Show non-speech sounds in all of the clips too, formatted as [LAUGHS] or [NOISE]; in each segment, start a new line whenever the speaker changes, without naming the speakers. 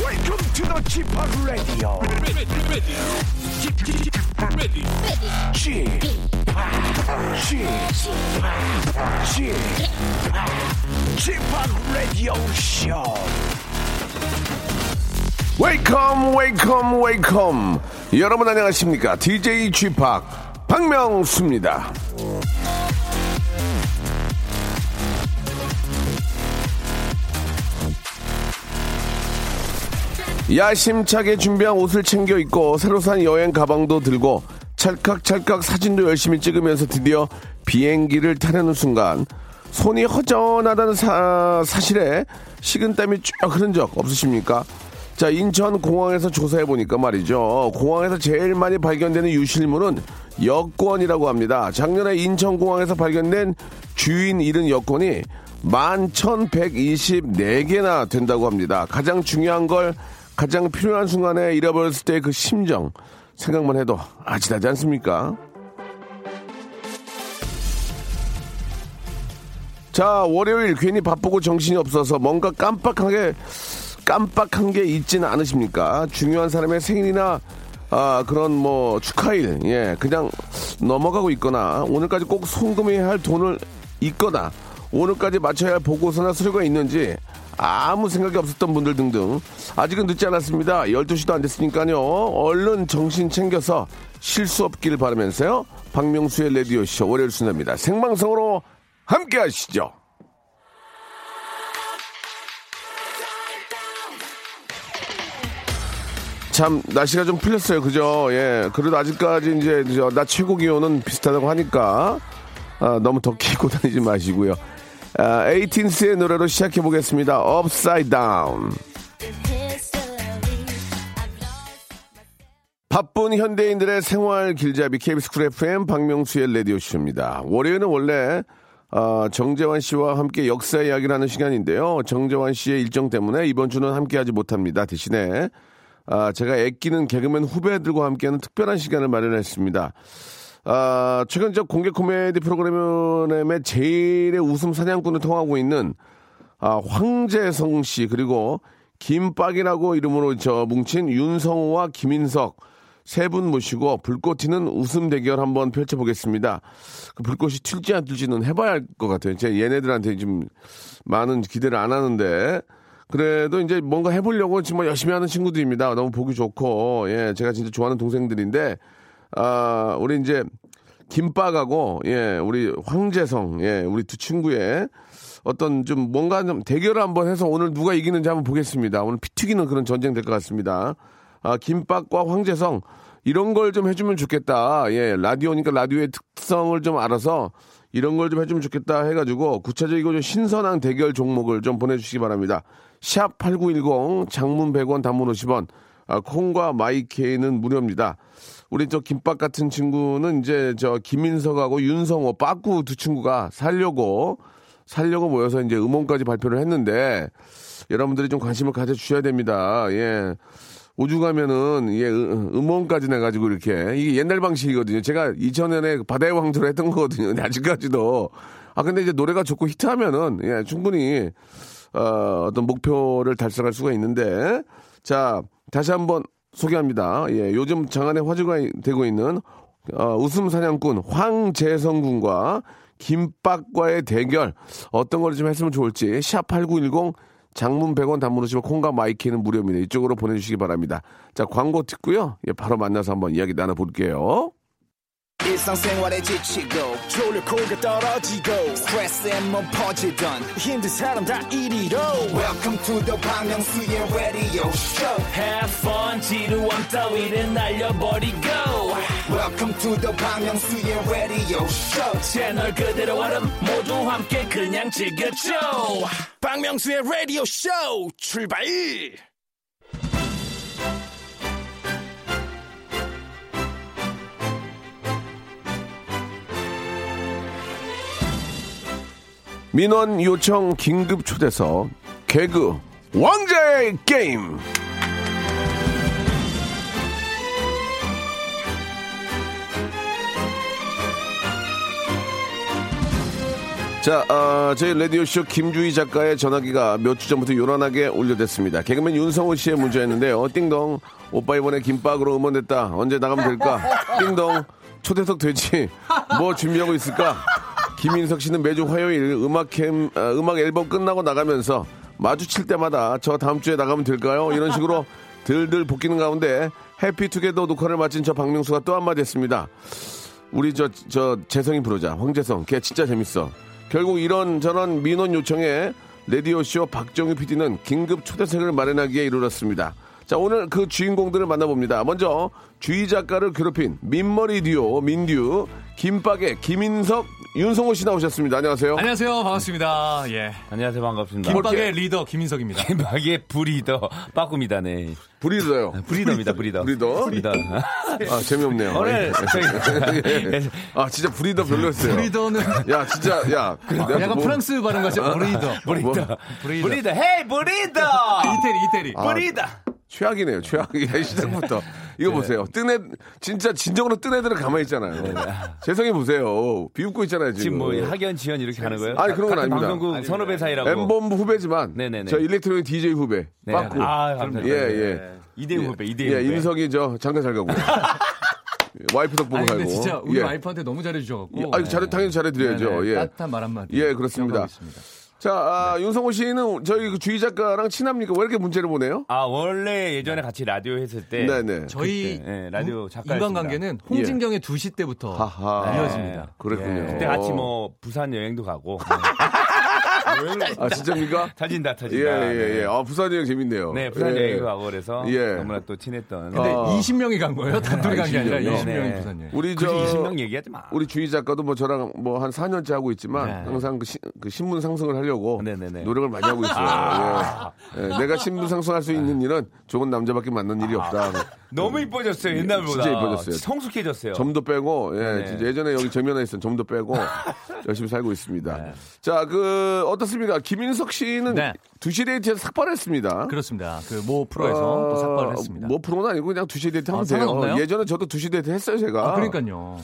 Welcome to the Chip Radio.
ready, ready, ready,
Chip, Chip, Chip, Chip Radio Show. Welcome, welcome, welcome. 여러분 안녕하십니까? DJ Chip 박명수입니다. 야심차게 준비한 옷을 챙겨 입고 새로 산 여행 가방도 들고 찰칵찰칵 사진도 열심히 찍으면서 드디어 비행기를 타려는 순간 손이 허전하다는 사, 사실에 식은땀이 쭉 흐른 적 없으십니까? 자 인천 공항에서 조사해 보니까 말이죠 공항에서 제일 많이 발견되는 유실물은 여권이라고 합니다. 작년에 인천 공항에서 발견된 주인 잃은 여권이 11,124개나 된다고 합니다. 가장 중요한 걸 가장 필요한 순간에 잃어버렸을 때 그 심정 생각만 해도 아찔하지 않습니까? 자, 월요일 괜히 바쁘고 정신이 없어서 뭔가 깜빡하게 깜빡한 게 있지는 않으십니까? 중요한 사람의 생일이나 아, 그런 뭐 축하일 예 그냥 넘어가고 있거나 오늘까지 꼭 송금해야 할 돈을 있거나 오늘까지 마쳐야 할 보고서나 서류가 있는지 아무 생각이 없었던 분들 등등 아직은 늦지 않았습니다. 12시도 안 됐으니까요. 얼른 정신 챙겨서 실수 없기를 바라면서요. 박명수의 레디오쇼 월요일 순서입니다. 생방송으로 함께 하시죠. 참 날씨가 좀 풀렸어요, 그죠? 예. 그래도 아직까지 이제 저낮 최고 기온은 비슷하다고 하니까 아, 너무 덥게 입고 [LAUGHS] 다니지 마시고요. 아, 에이틴스의 노래로 시작해 보겠습니다. Upside Down. 바쁜 현대인들의 생활 길잡이 KBS 쿨 FM 박명수의 라디오 쇼입니다. 월요일은 원래 아, 정재환 씨와 함께 역사 이야기를 하는 시간인데요. 정재환 씨의 일정 때문에 이번 주는 함께하지 못합니다. 대신에 아, 제가 애끼는 개그맨 후배들과 함께하는 특별한 시간을 마련했습니다. 아, 최근 저 공개 코미디 프로그램의 제일의 웃음 사냥꾼을 통하고 있는 아, 황재성 씨 그리고 김빡이라고 이름으로 저 뭉친 윤성호와 김인석 세 분 모시고 불꽃 튀는 웃음 대결 한번 펼쳐보겠습니다. 그 불꽃이 튈지 안 튈지는 해봐야 할 것 같아요. 제 얘네들한테 지금 많은 기대를 안 하는데 그래도 이제 뭔가 해보려고 정말 열심히 하는 친구들입니다. 너무 보기 좋고 예 제가 진짜 좋아하는 동생들인데 아 우리 이제 김빡하고 예 우리 황재성 예 우리 두 친구의 어떤 좀 뭔가 좀 대결을 한번 해서 오늘 누가 이기는지 한번 보겠습니다. 오늘 피 튀기는 그런 전쟁 될 것 같습니다. 아, 김밥과 황재성 이런 걸 좀 해주면 좋겠다. 예, 라디오니까 라디오의 특성을 좀 알아서 이런 걸 좀 해주면 좋겠다 해가지고 구체적이고 좀 신선한 대결 종목을 좀 보내주시기 바랍니다. 샵 8910 장문 100원 단문 50원 아, 콩과 마이케이는 무료입니다. 우리 저 김밥 같은 친구는 이제 저 김인석하고 윤성호 빠꾸 두 친구가 살려고 살려고 모여서 이제 음원까지 발표를 했는데 여러분들이 좀 관심을 가져주셔야 됩니다. 예. 오죽하면은 예 음- 음원까지 내가지고 이렇게 이게 옛날 방식이거든요. 제가 2000년에 바다의 왕조를 했던 거거든요. 근데 아직까지도 아 근데 이제 노래가 좋고 히트하면은 예 충분히 어, 어떤 목표를 달성할 수가 있는데 자 다시 한번 소개합니다. 예, 요즘 장안의 화제가 이- 되고 있는 어, 웃음 사냥꾼 황재성 군과 김밥과의 대결 어떤 걸 좀 했으면 좋을지 샵8910 장문 100원 단문으시면 콩과 마이키는 무료입니다. 이쪽으로 보내주시기 바랍니다. 자 광고 듣고요. 예, 바로 만나서 한번 이야기 나눠볼게요.
일상생활에 지치고, 졸려 코가 떨어지고, 스트레스에 몸 퍼지던, 힘든 사람 다 이리로. welcome to the Bang Myung-soo's radio show
Have fun 지루함 따위를 날려버리고
welcome to the Bang Myung-soo's radio show
채널 그대로 얼음 모두 함께 그냥 즐겨줘
박명수의 라디오 쇼 출발!
민원 요청 긴급 초대석 개그 왕자의 게임 자, 어, 저희 라디오쇼 김주희 작가의 전화기가 몇 주 전부터 요란하게 올려댔습니다. 개그맨 윤성호 씨의 문제였는데요. 띵동, 오빠 이번에 김밥으로 음원됐다. 언제 나가면 될까? 띵동, 초대석 되지? 뭐 준비하고 있을까? 김인석 씨는 매주 화요일 음악캠, 아, 음악 앨범 끝나고 나가면서 마주칠 때마다 저 다음 주에 나가면 될까요? 이런 식으로 들들 볶이는 가운데 해피투게더 녹화를 마친 저 박명수가 또 한마디 했습니다. 우리 저, 저 재성이 부르자 황재성 걔 진짜 재밌어 결국 이런 저런 민원 요청에 레디오쇼 박정희 PD는 긴급 초대석을 마련하기에 이르렀습니다 자 오늘 그 주인공들을 만나봅니다 먼저 주희 작가를 괴롭힌 민머리 듀오 민듀 김빡의 김인석 윤성호 씨 나오셨습니다 안녕하세요
안녕하세요. 반갑습니다. 예.
안녕하세요 반갑습니다.
김밥의 리더 김인석입니다.
김박의 브리더 빠꾸입니다. 네.
브리더요
브리더입니다. 브리더.
브리더?
브리더.
아 재미없네요
오늘 [LAUGHS] 저희-
[LAUGHS]
예. 아 진짜 브리더 별로였어요
브리더는
야 진짜 야 내가
[LAUGHS] 약간
뭐-
프랑스 발음 같이 브리더.
뭐-
브리더.
브리더.
브리더. 헤이 브리더.
이태리 이태리.
브리더.
최악이네요, 최악이야, 시작부터. 이거 보세요. 뜬 애, 진짜 진정으로 뜬 애들은 가만히 있잖아요. 재성이 보세요. 비웃고 있잖아요,
지금
지금.
뭐 학연 지연 이렇게 하는 거예요?
아니, 그런 건
같은
아닙니다.
방송국 선후배 사이라고.
엠본부 후배지만,
네네네.
저 일렉트로닉 DJ 후배,
네.
빠꾸.
아, 감사합니다.
예, 예.
이대우 후배, 이대우
예,
후배.
인석이 저 장가 잘 가고. 와이프 덕 보고
아니 근데
가고.
진짜 우리
예.
와이프한테 너무 잘해주셔갖고. 네,
예, 아니, 잘해, 당연히 잘해드려야죠.
네네,
예.
따뜻한 말 한마디.
예, 그렇습니다.
기억하겠습니다.
자, 아, 윤성호 씨는 저희 그 주희 작가랑 친합니까? 왜 이렇게 문제를 보내요?
아 원래 예전에 같이 라디오 했을 때.
네네.
저희
그때, 예, 라디오 작가였습니다.
인간 관계는 홍진경의 2시 때부터
하하.
이어집니다.
아, 그랬군요.
예, 그때 같이 뭐 부산 여행도
[LAUGHS]
가고. 네.
아, 진짜입니까?
터진다
예,
터진다.
예, 예. 아, 부산 여행 재밌네요.
네 부산
예.
여행도 가고 그래서
예.
너무나 또 친했던.
근데
아.
20명이 간 거예요? 단둘이 간 게 아니라
20명 이요?
20명이
네.
부산 여행.
우리
굳이
그 저
20명 얘기하지 마.
우리 주희 작가도 뭐 저랑 뭐 한 4년째 하고 있지만 항상 그, 시- 그 신분 상승을 하려고
네네네.
노력을 많이 하고 있어요. 예. 예, 내가 신분 상승할 수 있는 일은 좋은 남자밖에 만난 일이 없다.
너무 이뻐졌어요 옛날보다.
음. 예, 진짜 이뻐졌어요.
성숙해졌어요.
점도 빼고 예,
네.
진짜 예전에 여기 정면에 있었던 점도 빼고 열심히 살고 있습니다. 자, 그 어떻습니까? 김인석 씨는
네.
두시 데이트에서 삭발했습니다.
그렇습니다. 그 모 프로에서 또 삭발을 했습니다.
아, 뭐 프로는 아니고 그냥 두시 데이트 하면
아,
돼요.
상관없나요?
예전에 저도 두시 데이트 했어요, 제가.
아, 그러니까요.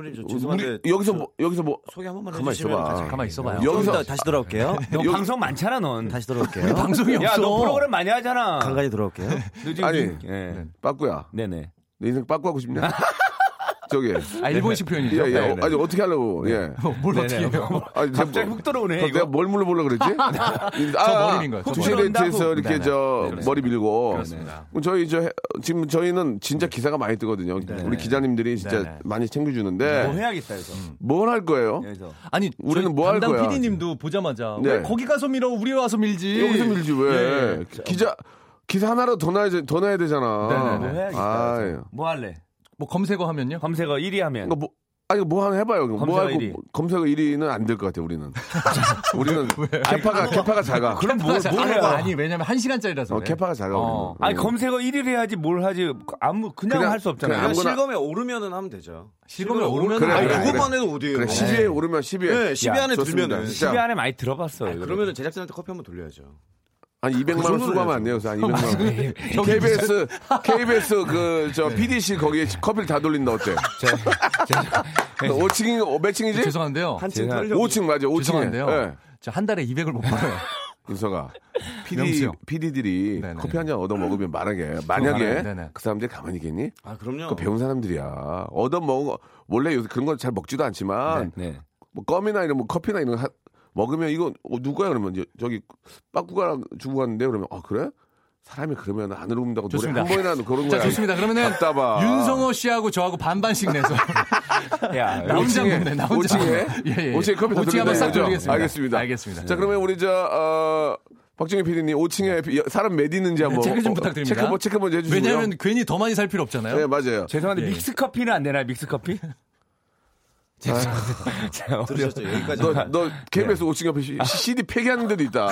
우리 여기서 뭐 여기서 뭐
소개 한 번만
가만
해주시면
있어봐.
같이
가만 있어봐요.
여-
좀
여기서-
이따 다시 돌아올게요.
너 방송 많잖아 넌.
다시 돌아올게요.
[LAUGHS]
방송이 없어.
야 너 프로그램 많이 하잖아.
간간히 돌아올게요.
[LAUGHS] 너 지금
아니. 네.
인- 예.
빠꾸야.
네네.
내 인생 빠꾸하고 싶냐? 저기.
아, 일본식 표현이죠.
예, 예.
네, 네.
아니, 어떻게 하려고. 예.
뭘 어떻게 해요?
아니, 내가
갑자기
뭐-
훅 들어오네,
저
이거.
내가 뭘 물어보려고 그랬지?
저 머리인 거예요, 저
두시
머리.
데이트에서
네,
이렇게
네.
저
그렇습니다.
머리 밀고. 그럼 저희 저 해- 지금 저희는 진짜 기사가 많이 뜨거든요. 우리 기자님들이 진짜
네, 네.
많이
뭐
챙겨주는데
해야겠다 해서.
뭘 할 거예요?
여기서.
아니
우리는
저희
뭐할
담당
거야?
PD님도 보자마자
네.
왜 거기 가서 밀어 우리 와서 밀지
여기서 밀지 왜? 기자 기사 하나로 더 넣어야 더 넣어야 되잖아.
네, 네,
뭐 해야겠다.
아,
해서. 뭐 할래?
뭐 검색어 하면요?
검색어 1위 하면.
이거 뭐 아니 뭐 하나 해봐요. 그럼 뭐
검색어
하고
일 위.
검색어 1위는 안 될 것 같아 우리는. 우리는 캐파가 캐파가 작아.
그럼 뭐,
자,
뭘
아니,
해요?
아니 왜냐면 한 시간짜리라서
어,
그래.
캐파가 작아.
어.
우리는.
아니
음.
검색어 1위를 해야지 뭘 하지 아무 그냥,
그냥-
할 수 없잖아요.
그냥 아무거나-
실검에 오르면은 하면 되죠.
실검에 오르면
그래,
아니
그래, 그래.
그것만 해도 어디예요?
그래 10위에 오르면 10위에.
네, 10위 안에 들면은.
진짜
10위 안에 많이 들어봤어요. 이거.
아, 그러면은 제작진한테 커피 한 번 돌려야죠.
한 200만 원 수고하면 안 돼요. 그래서 한 200만 원. [LAUGHS]
저기
KBS KBS 그 저 PDC 거기에 커피를 다 돌린다 어때? 오층이 어, 몇 층이지?
죄송한데요.
한층
제가-
털려.
5층 맞아. 5층에. 예. 아,
죄송한데요. 저 한 달에 200을 못 벌어요.
[LAUGHS] 윤서가
명수
PD
형.
PD들이
네네.
커피 한 잔 얻어 먹으면 만약에
말아요.
만약에
네네.
그 사람들이 가만히 있겠니?
아 그럼요.
그 배운 사람들이야. 얻어 먹어 원래 요새 그런 건 잘 먹지도 않지만
네.
뭐 껌이나 이런 뭐 커피나 이런 거 하- 먹으면 이거 어, 누구야 그러면 이제 저기 빠꾸가 주고 갔는데 그러면 아 그래? 사람이 그러면 안 울음다고 노래
좋습니다.
한 번이나
[LAUGHS]
그런 거야.
자 좋습니다. 그러면은
답답아.
윤성호 씨하고 저하고 반반씩
[LAUGHS]
내서
아,
야,
나 혼자
오층에,
먹네. 나 혼자.
오층에?
예, 예, 예.
오층에 커피 다
오층에
들어있다
한번 싹
이거죠?
돌리겠습니다.
알겠습니다.
알겠습니다.
자 그러면 우리 저 어, 박정희 PD님 5층에 사람 몇 있는지 한번
네. 체크 좀
어,
부탁드립니다.
체크 뭐 체크 먼저 해주시고요.
왜냐하면 괜히 더 많이 살 필요 없잖아요.
네 맞아요.
죄송한데 믹스 커피는 안 되나요? 믹스 커피? [LAUGHS] 죄송합니다. 제가 어려-
아. 들으셨죠? 여기까지.
너,
네.
너 KBS 5층 옆에
아.
시- CD 폐기하는 데도 있다.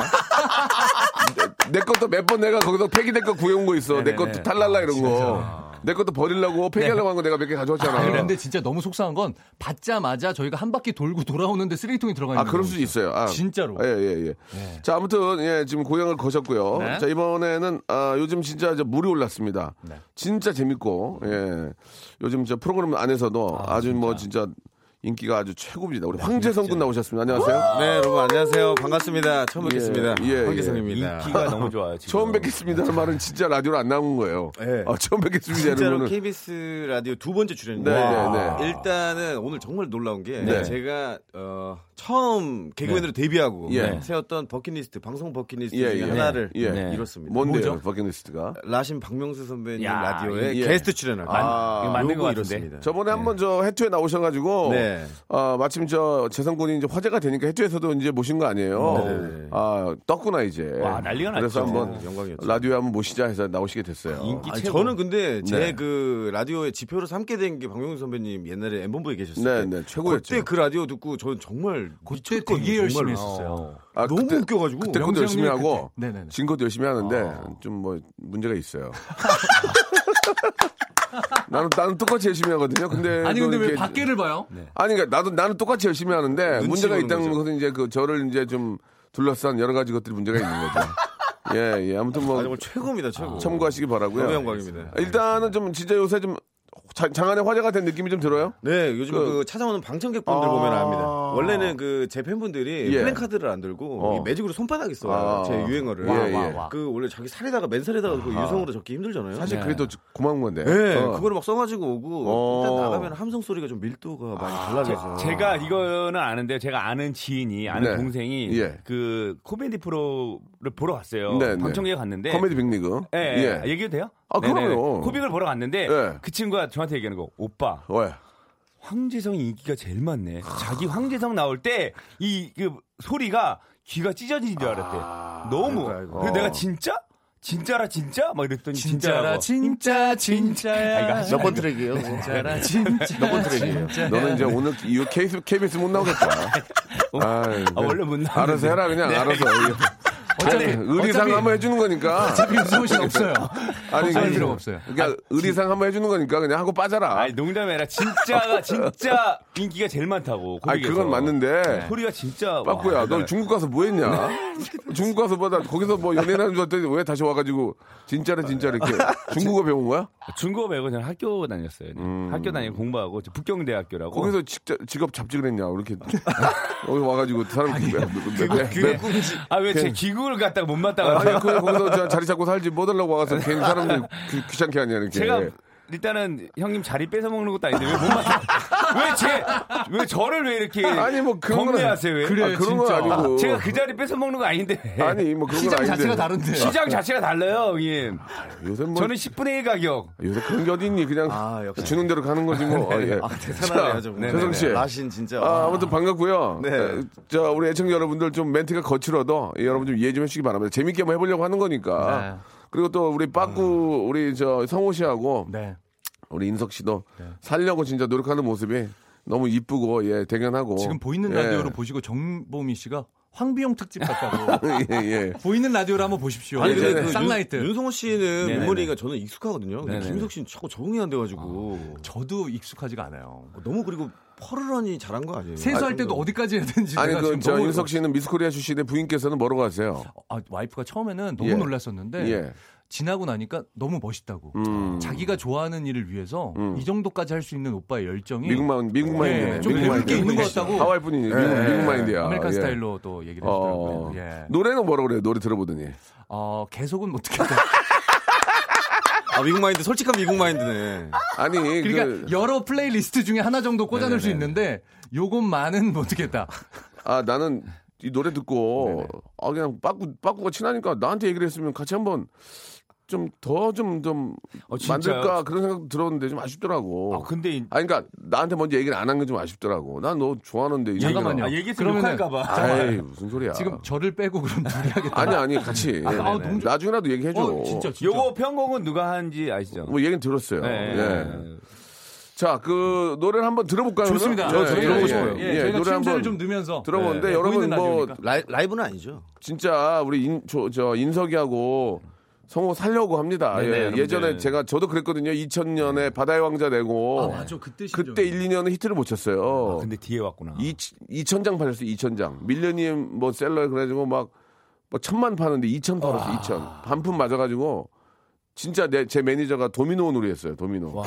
내, 내 것도 몇 번 내가 거기서 폐기될 거 구해온 거 있어. 내
네네네.
것도
아,
탈랄라 이런 거. 내 것도 버리려고 폐기하려고 한 거 내가 몇 개 가져왔잖아.
네. 아니, 근데 진짜 너무 속상한 건 받자마자 저희가 한 바퀴 돌고 돌아오는데 쓰레기통이 들어가 있는
아, 그럴
거거든요.
수도 있어요. 아.
진짜로.
예, 예, 예. 자, 아무튼, 예, 지금 고향을 거셨고요.
네.
자, 이번에는, 아, 요즘 진짜 이제 물이 올랐습니다. 진짜 재밌고, 예. 요즘 저 프로그램 안에서도 아, 주뭐 진짜 인기가 아주 최고입니다. 우리 황재성 군 나오셨습니다. 안녕하세요.
네, 여러분 안녕하세요. 반갑습니다. 처음 뵙겠습니다.
예, 예.
황기성입니다.
[LAUGHS]
인기가 너무 좋아요. 지금.
처음 뵙겠습니다는 말은 진짜 라디오로 안 나온 거예요.
예.
아, 처음 뵙겠습니다.
진짜로
이러면은
KBS 라디오 두 번째 출연인데
네, 네, 네.
일단은 오늘 정말 놀라운 게
네.
제가 어, 처음 개그맨으로 데뷔하고 네,
예.
세웠던 버킷리스트 방송 버킷리스트
예,
중에
예.
하나를
예.
네. 이뤘습니다.
뭔데요? 버킷리스트가.
라신 박명수 선배님
야,
라디오에
예.
게스트 출연을
아,
이거 맞는 것 같은데.
이뤘습니다.
저번에 한번 저 해투에 나오셔가지고
네.
아, 마침 저 재성 군이 이제 화제가 되니까 해투에서도 이제 모신 거 아니에요.
네.
아 떴구나 이제.
와, 난리가
그래서
났죠.
한번
영광이었죠.
라디오에 한번 모시자 해서 나오시게 됐어요.
아니, 저는 근데
네.
제 그 라디오에 지표로 삼게 된 게 박명수 선배님 옛날에 엠본부에 계셨을
네,
때
네, 최고였죠.
그때 그 라디오 듣고 저는 정말
그때 되게 열심히
어.
했었어요.
아,
너무
그때-
웃겨가지고
그때 것도 열심히
명수 형님
하고
그때. 네네네.
진 것도 열심히 하는데
아.
좀 뭐 문제가 있어요. [LAUGHS] 나는 나는 똑같이 열심히 하거든요. 근데
아니 근데
또
왜
이렇게-
밖에를 봐요?
아니 그러니까 나도 나는 똑같이 열심히 하는데
눈치
문제가
보는
있다는
거죠.
것은 이제 그 저를 이제 좀 둘러싼 여러 가지 것들이 문제가 있는 거죠.
[LAUGHS]
예, 예. 아무튼
아,
뭐
정말 최고입니다, 최고.
참고하시기 바라고요. 예.
너무 영광입니다.
일단은 좀 진짜 요새 좀 자- 장안의 화제가 된 느낌이 좀 들어요.
네, 요즘 그, 찾아오는 방청객분들 보면
아.
압니다. 원래는 그 제 팬분들이
예.
플랜카드를 안 들고
어.
이 매직으로 손바닥에 써요.
아.
제 유행어를.
와, 와, 와.
그 원래 자기 살에다가 맨살에다가 그 유성으로 적기 힘들잖아요.
사실
네.
그게 더 고마운 건데.
네,
어.
그거를 막 써가지고 오고
어. 아.
일단 나가면 함성 소리가 좀 밀도가 많이 달라져서
아. 제가 이거는 아는데 제가 아는 지인이 아는
네.
동생이
예.
그 코미디 프로를 보러 갔어요.
네, 네.
방청객 갔는데
코미디 빅리그.
예,
네.
예.
예.
얘기해도 돼요?
아,
네네.
그럼요.
코빅을 보러 갔는데
예.
그 친구가 저한테 얘기하는 거 오빠
왜?
황재성이 인기가 제일 많네.
아.
자기 황재성 나올 때 이 그 소리가 귀가 찢어지는 줄 알았대. 너무.
아이고, 아이고.
그래서 내가 진짜? 진짜라 진짜? 막 이랬더니 진짜라
진짜 진짜야.
아, 이거 몇번
트랙이에요? 진짜라 진짜. 몇번 트랙이에요?
너는 이제 오늘 이후 KBS, KBS 못
[LAUGHS]
나오겠다.
어?
아,
아, 원래 못 나오는데.
알아서 해라 그냥 알아서.
네.
아니,
어차피
의리상
어차피-
한번 해주는 거니까.
어차피 유승호 씨는 없어요.
아니
걱정할
그-
필요가 없어요.
그러니까 의리상 한번 해주는 거니까 그냥 하고 빠져라.
아니
아니,
농담해라 진짜가 진짜 인기가 제일 많다고. 코빅에서. 네,
그건 맞는데.
네.
소리가 진짜. 와,
아,
빠꾸야, 너
대단해.
중국 가서 뭐 했냐?
네.
중국 가서 뭐다 거기서 뭐 연애하는 줄 알았더니 왜 다시 와가지고 진짜래 진짜 이렇게
[LAUGHS]
중국어 배운 거야?
중국어 배우고 저는 학교 다녔어요. 네. 학교 다니고 공부하고 저 북경대학교라고.
음.
어.
거기서 직접, 직업 잡직을 했냐?
[LAUGHS]
이렇게 여기 와가지고 사람 그 이
아 왜 제 기국을 갖다가 못 맞다가
그- 아니 그 거기서 자- 자리 잡고 살지 뭐 달라고 와서 괜히 사람들 귀, 귀찮게 하냐 이렇게. 예.
제가 일단은 형님 자리 뺏어 먹는 것도 아닌데 왜 못 맞아? 왜제 왜 저를 왜 이렇게
아니, 뭐 그런 건
겁내하세요? 왜?
그래요, 그런 건 진짜. 아니고.
제가 그 자리 뺏어 먹는 거 아닌데.
아니 뭐 그런 건
시장
아닌데.
자체가 다른데.
시장 자체가 달라요, 형님.
요새 뭐
저는 10분의 1 가격.
요새 그런 게 어딨니? 그냥
아, 역시.
주는 대로 가는 거지 뭐. 아, 예.
대단하네요, 정말.
세성 씨.
라신 진짜.
아, 아무튼 반갑고요.
네.
에, 저 우리 애청 여러분들 좀 멘트가 거칠어도 여러분 좀 이해 좀 해주시기 바랍니다. 재밌게 한번 해보려고 하는 거니까. 그리고 또 우리 빠꾸 우리 저 성호 씨하고
네.
우리 인석 씨도 살려고 진짜 노력하는 모습이 너무 이쁘고 예 대견하고
지금 보이는
예.
라디오로 보시고 정보미 씨가 황비용 특집
[LAUGHS]
같다고.
예, 예.
보이는 라디오로 한번 보십시오.
아니 근데
그
그
쌍라이트.
윤, 윤성호 씨는 목소리가 저는 익숙하거든요. 근데
네네네.
김석 씨는 자꾸 적응이 안 돼가지고
저도 익숙하지가 않아요.
너무 그리고 퍼르러니 잘한 거 음. 아니에요? 그
세수할 때도 어디까지 해야 되는지
아니
제가 지금
그저
너무
윤석 씨는 미스코리아 출신의 부인께서는 뭐라고 하세요?
아, 와이프가 처음에는 너무
예.
놀랐었는데
예.
지나고 나니까 너무 멋있다고.
음.
자기가 좋아하는 일을 위해서 이 정도까지 할 수 있는 오빠의 열정이
미국만 미국만
예,
있네.
좀 외국계 있는 것 같다고. 네.
하와이 분이 미국 미국만 인데야. 예.
아메리칸 스타일로 또 얘기를
어,
해주더라고요. 예.
노래는 뭐라고 그래요? 노래 들어보더니.
어, 계속은 어떻게
[LAUGHS]
할까?
아 미국 마인드 솔직한 미국 마인드네.
아니,
그러니까
그,
여러 플레이리스트 중에 하나 정도 꽂아놓을 수 있는데 요것만은 뭐 못하겠다.
아, 나는 이 노래
네,
듣고, 아, 그냥 빠꾸, 빠꾸가 친하니까 나한테 얘기를 했으면 같이 한번 좀 더 좀, 좀
어, 진짜요?
만들까 그런 생각 들었는데 좀 아쉽더라고.
아 근데 이-
아, 그러니까 나한테 먼저 얘기를 안 한 게 좀 아쉽더라고. 난 너 좋아하는데. 이
잠깐만요.
아,
얘기가.
얘기했으면
그러면은-
욕할까봐.
아이, 무슨 소리야.
지금 저를 빼고 그럼 둘이 하겠다.
아니, 아니, 같이. 네,
아, 아, 너무 좋-
나중에라도 얘기해줘.
어, 진짜 진짜.
요거 편곡은 누가 한지 아시죠?
뭐 얘기는 들었어요.
네.
예. 자, 그 노래를 한번 들어볼까요? 그러면?
좋습니다.
예,
저도
예,
들어보고
예,
싶어요.
예,
예, 저희가
노래
취임새를
한번
좀 넣으면서
들어보는데
네,
여러분
보이는
뭐
라디오니까.
라이, 라이브는 아니죠.
진짜 우리 인, 저, 저 인석이하고 성호 살려고 합니다.
네네,
예,
여러분들.
예전에 제가 저도 그랬거든요. 2000년에 바다의 왕자 내고
네. 아, 맞아. 그때 아, 심지어.
그때 1, 2년은 히트를 못 쳤어요.
근데 뒤에 왔구나.
2000장 팔렸어요. 2000장. 밀레니엄 뭐 셀러에 그래가지고 막, 막 천만 파는데 2000 팔았어요. 2000. 반품 맞아가지고 진짜 내 제 매니저가 도미노 놀이했어요. 도미노.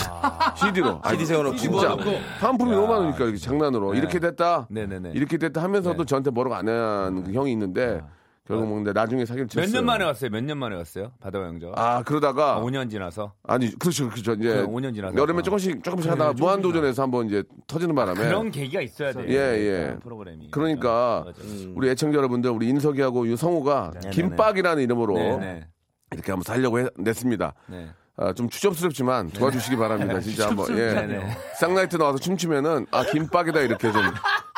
CD로.
CD 세워놓고.
진짜
모아놓고.
반품이 너무 많으니까 이렇게 장난으로 이렇게 됐다.
네. 네네네. 네.
이렇게 됐다 하면서도 저한테 뭐라고 안 한그 형이 있는데 결국 먹는데 나중에 사기를 쳤어요.
몇 년 만에 왔어요? 몇 년 만에 왔어요? 바다 왕자. 아,
아 그러다가
5년 지나서.
아니 그렇죠 그렇죠 이제
그럼 5년 지나서.
여름에
어.
조금씩 조금씩 하다가 무한 도전에서 한번 이제 터지는 바람에
아, 그런 계기가 있어야 돼요.
네. 예, 예.
프로그램이.
그러니까
맞아.
우리 애청자 여러분들 우리 인석이하고 이 성우가
음. 네,
김빡이라는 이름으로
네, 네.
이렇게 한번 살려고 해- 냈습니다.
네.
아, 좀 추접스럽지만 도와주시기 바랍니다. 진짜 한번 예.
추접스럽잖아요.
쌍라이트 나와서 춤추면은 아 김빡이다 이렇게 좀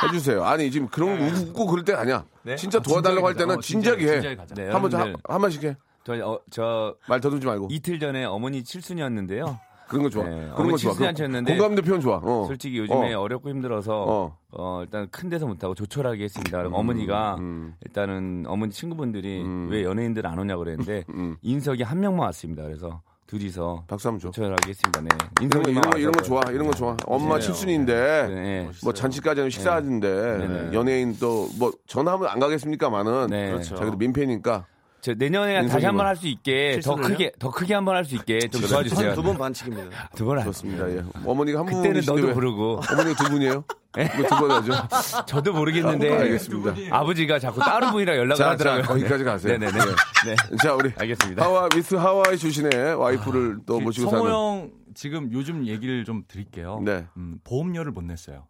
해주세요. 아니 지금 그런 거 웃고 그럴 때 아니야.
네?
진짜 도와달라고 할 때는
어,
진작에 해.
진작에 가자.
네,
한번 자-
여러분들,
한 번씩 해.
저, 어, 저
말 더듬지 말고
이틀 전에 어머니 칠순이었는데요.
그런 거 좋아.
네,
그런
어머,
거 좋아.
실수한
그거
척했는데
공감대 표현 좋아. 어.
솔직히 요즘에
어.
어. 렵고 힘들어서
어. 음,
어. 일단 큰 데서 못하고 조촐하게 했습니다. 그럼 어머니가 일단은 어머니 친구분들이 왜 연예인들 안 오냐 그랬는데
음,
인석이 한 명만 왔습니다. 그래서 둘이서
박수 한번 줘.
조촐하게 했습니다. 네.
이런 거,
인석이
이런 거, 이런 거 좋아. 이런 거 좋아. 엄마 칠순인데
네.
뭐 잔치까지는 식사하는데 연예인 또 뭐 전화하면 안 그렇죠. 가겠습니까만은
네.
자기도 민폐니까
저 내년에
인석이
다시 한
뭐.
번 할 수 있게 더 크게 더 크게 한 번 할 수 있게 좀 도와주세요. 아,
두번 반칙입니다.
두번
좋습니다. 예. 어머니가 한
네. 그때는
분이신데
너도
왜-
부르고 네.
어머니가 두
[LAUGHS]
분이에요? 두분 하죠.
저도 모르겠는데
아, 알겠습니다.
아버지가 자꾸 다른 분이랑 연락을
자, 자
하더라고요.
거기까지 가세요.
[LAUGHS]
아,
네네네.
예.
네.
자 우리
알겠습니다. 아, 그
하와 미스 하와이 출신의 와이프를 또 모시고
성호
사는
형 지금 요즘 얘기를 좀 드릴게요.
네.
음, 보험료를 못 냈어요.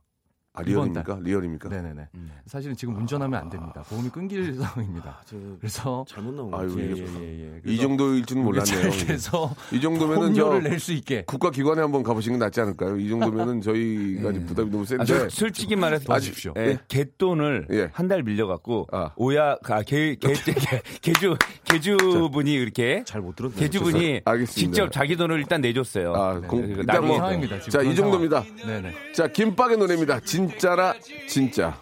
아,
이번 달.
리얼입니까? 리얼입니까?
네네네.
음.
사실은 지금 운전하면 안 됩니다. 보험이 끊길
아.
상황입니다. 그래서
잘못 나온 거.
아유
예,
이게
예, 예.
이 정도일 줄은 몰랐네요. 예.
잘 돼서
이 정도면은 저
보험료를 낼 수 있게.
국가기관에 한번 가보시는 게 낫지 않을까요? 이 정도면은 저희가 이제 부담이 너무
아,
센데
솔- 솔직히 말해서
도와주십시오.
예, 갯돈을
예.
한 달 밀려갖고
아.
오야 아개개개주 개주분이 이렇게
잘못 들었네.
개주분이
죄송- 알겠습니다.
직접 자기 돈을 일단 내줬어요.
아, 공,
그러니까
일단 뭐,
나중에
상황입니다, 지금
자, 이
그런
정도입니다.
네네.
자, 김밥의 노래입니다. 진짜라, 진짜.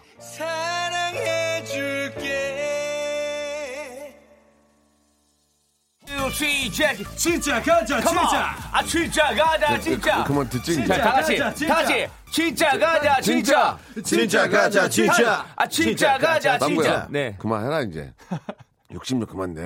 진짜
진짜 가자 진짜
아 진짜 가자 진짜.
그, 만 듣지.
자, 다 같이
가자, 진짜.
다 같이 진짜 가자 진짜.
진짜 가자 진짜.
아 진짜 가자 진짜.
남구야.
네.
그만해라, 이제. 욕심 좀 그만 내.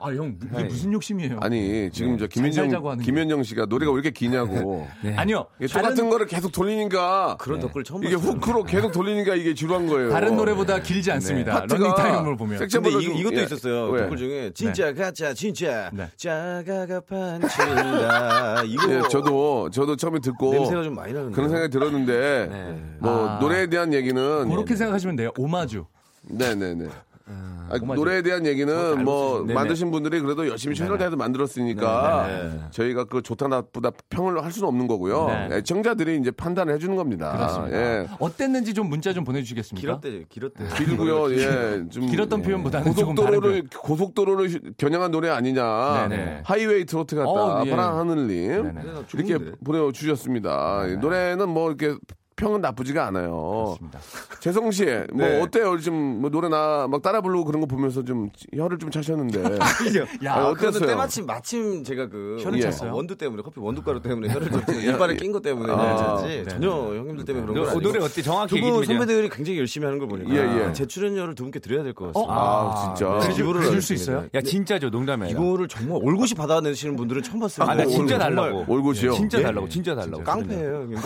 아, 형, 이게 무슨 욕심이에요?
네. 아니,
네.
지금 저
잘 살자고
김현정,
하는
김현정 씨가 노래가 왜 이렇게
[LAUGHS]
기냐고.
아니요.
이게
다른,
똑같은 거를 계속 돌리니까. 네.
그런 댓글 처음
이게
봤어요. 네.
후크로 계속 돌리니까 이게 지루한 거예요.
다른 노래보다 길지 않습니다.
네. 파트가
런닝타임을 보면.
섹션
근데
보다
이,
좀-
이것도
예.
있었어요.
왜?
댓글 중에 진짜 가자 진짜.
네.
자가가 판친다. 이거
예, 저도 저도 처음에 듣고
냄새가 좀 네. 아. 많이 나는데.
어. 그런 생각이 들었는데 뭐 노래에 대한 얘기는
그렇게 생각하시면 돼요. 오마주.
네네네. 아, 노래에 대한
아,
얘기는 뭐 만드신 분들이 그래도 열심히 최선을 다해서 만들었으니까 저희가 그 좋다 나쁘다 평을 할 수는 없는 거고요.
네.
애청자들이 이제 판단을 해주는 겁니다.
그렇습니다.
예.
어땠는지 좀 문자 좀 보내주시겠습니까?
길었대 길었대.
[LAUGHS]
[LAUGHS]
길고요. 아, 예. 좀
길었던 표현보다는 조금 다른
고속도로를 고속도로를 휴- 겨냥한 노래 아니냐.
네네.
하이웨이 트로트 같다.
어우, 예.
파란 하늘님
네네. 네.
이렇게 보내 주셨습니다. 노래는 뭐 이렇게 평은 나쁘지가 않아요.
표현입니다.
재성 씨, 뭐
네.
어때요? 지금 뭐 노래나 막 따라 부르고 그런 거 보면서 좀 혀를 좀
[LAUGHS]
차셨는데.
야,
아니,
그래서
어땠어요?
때마침 마침 제가 그
혀를
예.
찼어요?
원두 때문에 커피 원두 가루
[LAUGHS]
때문에 혀를
예.
찼지 이빨에 낀 것 때문에 혀를
아,
찼지
네.
전혀 형님들 때문에 그런 거
네. 노-
아니고
노래 어때? 정확히 얘기해
두분
주세요.
선배들이 굉장히 열심히 하는 걸 보니까
예, 예.
제 출연료를 두 분께 드려야 될 것 같습니다.
아, 진짜.
그
네. 기부를
해줄 수
하겠습니다.
있어요?
야 진짜죠 농담이 아니라.
이거를 정말 올곧이 받아내시는 분들은 처음 봤습니다.
아, 나 진짜
오늘
달라고. 네,
올곧이요?
진짜
예?
달라고, 진짜 달라고.
정말 깡패예요. 형님.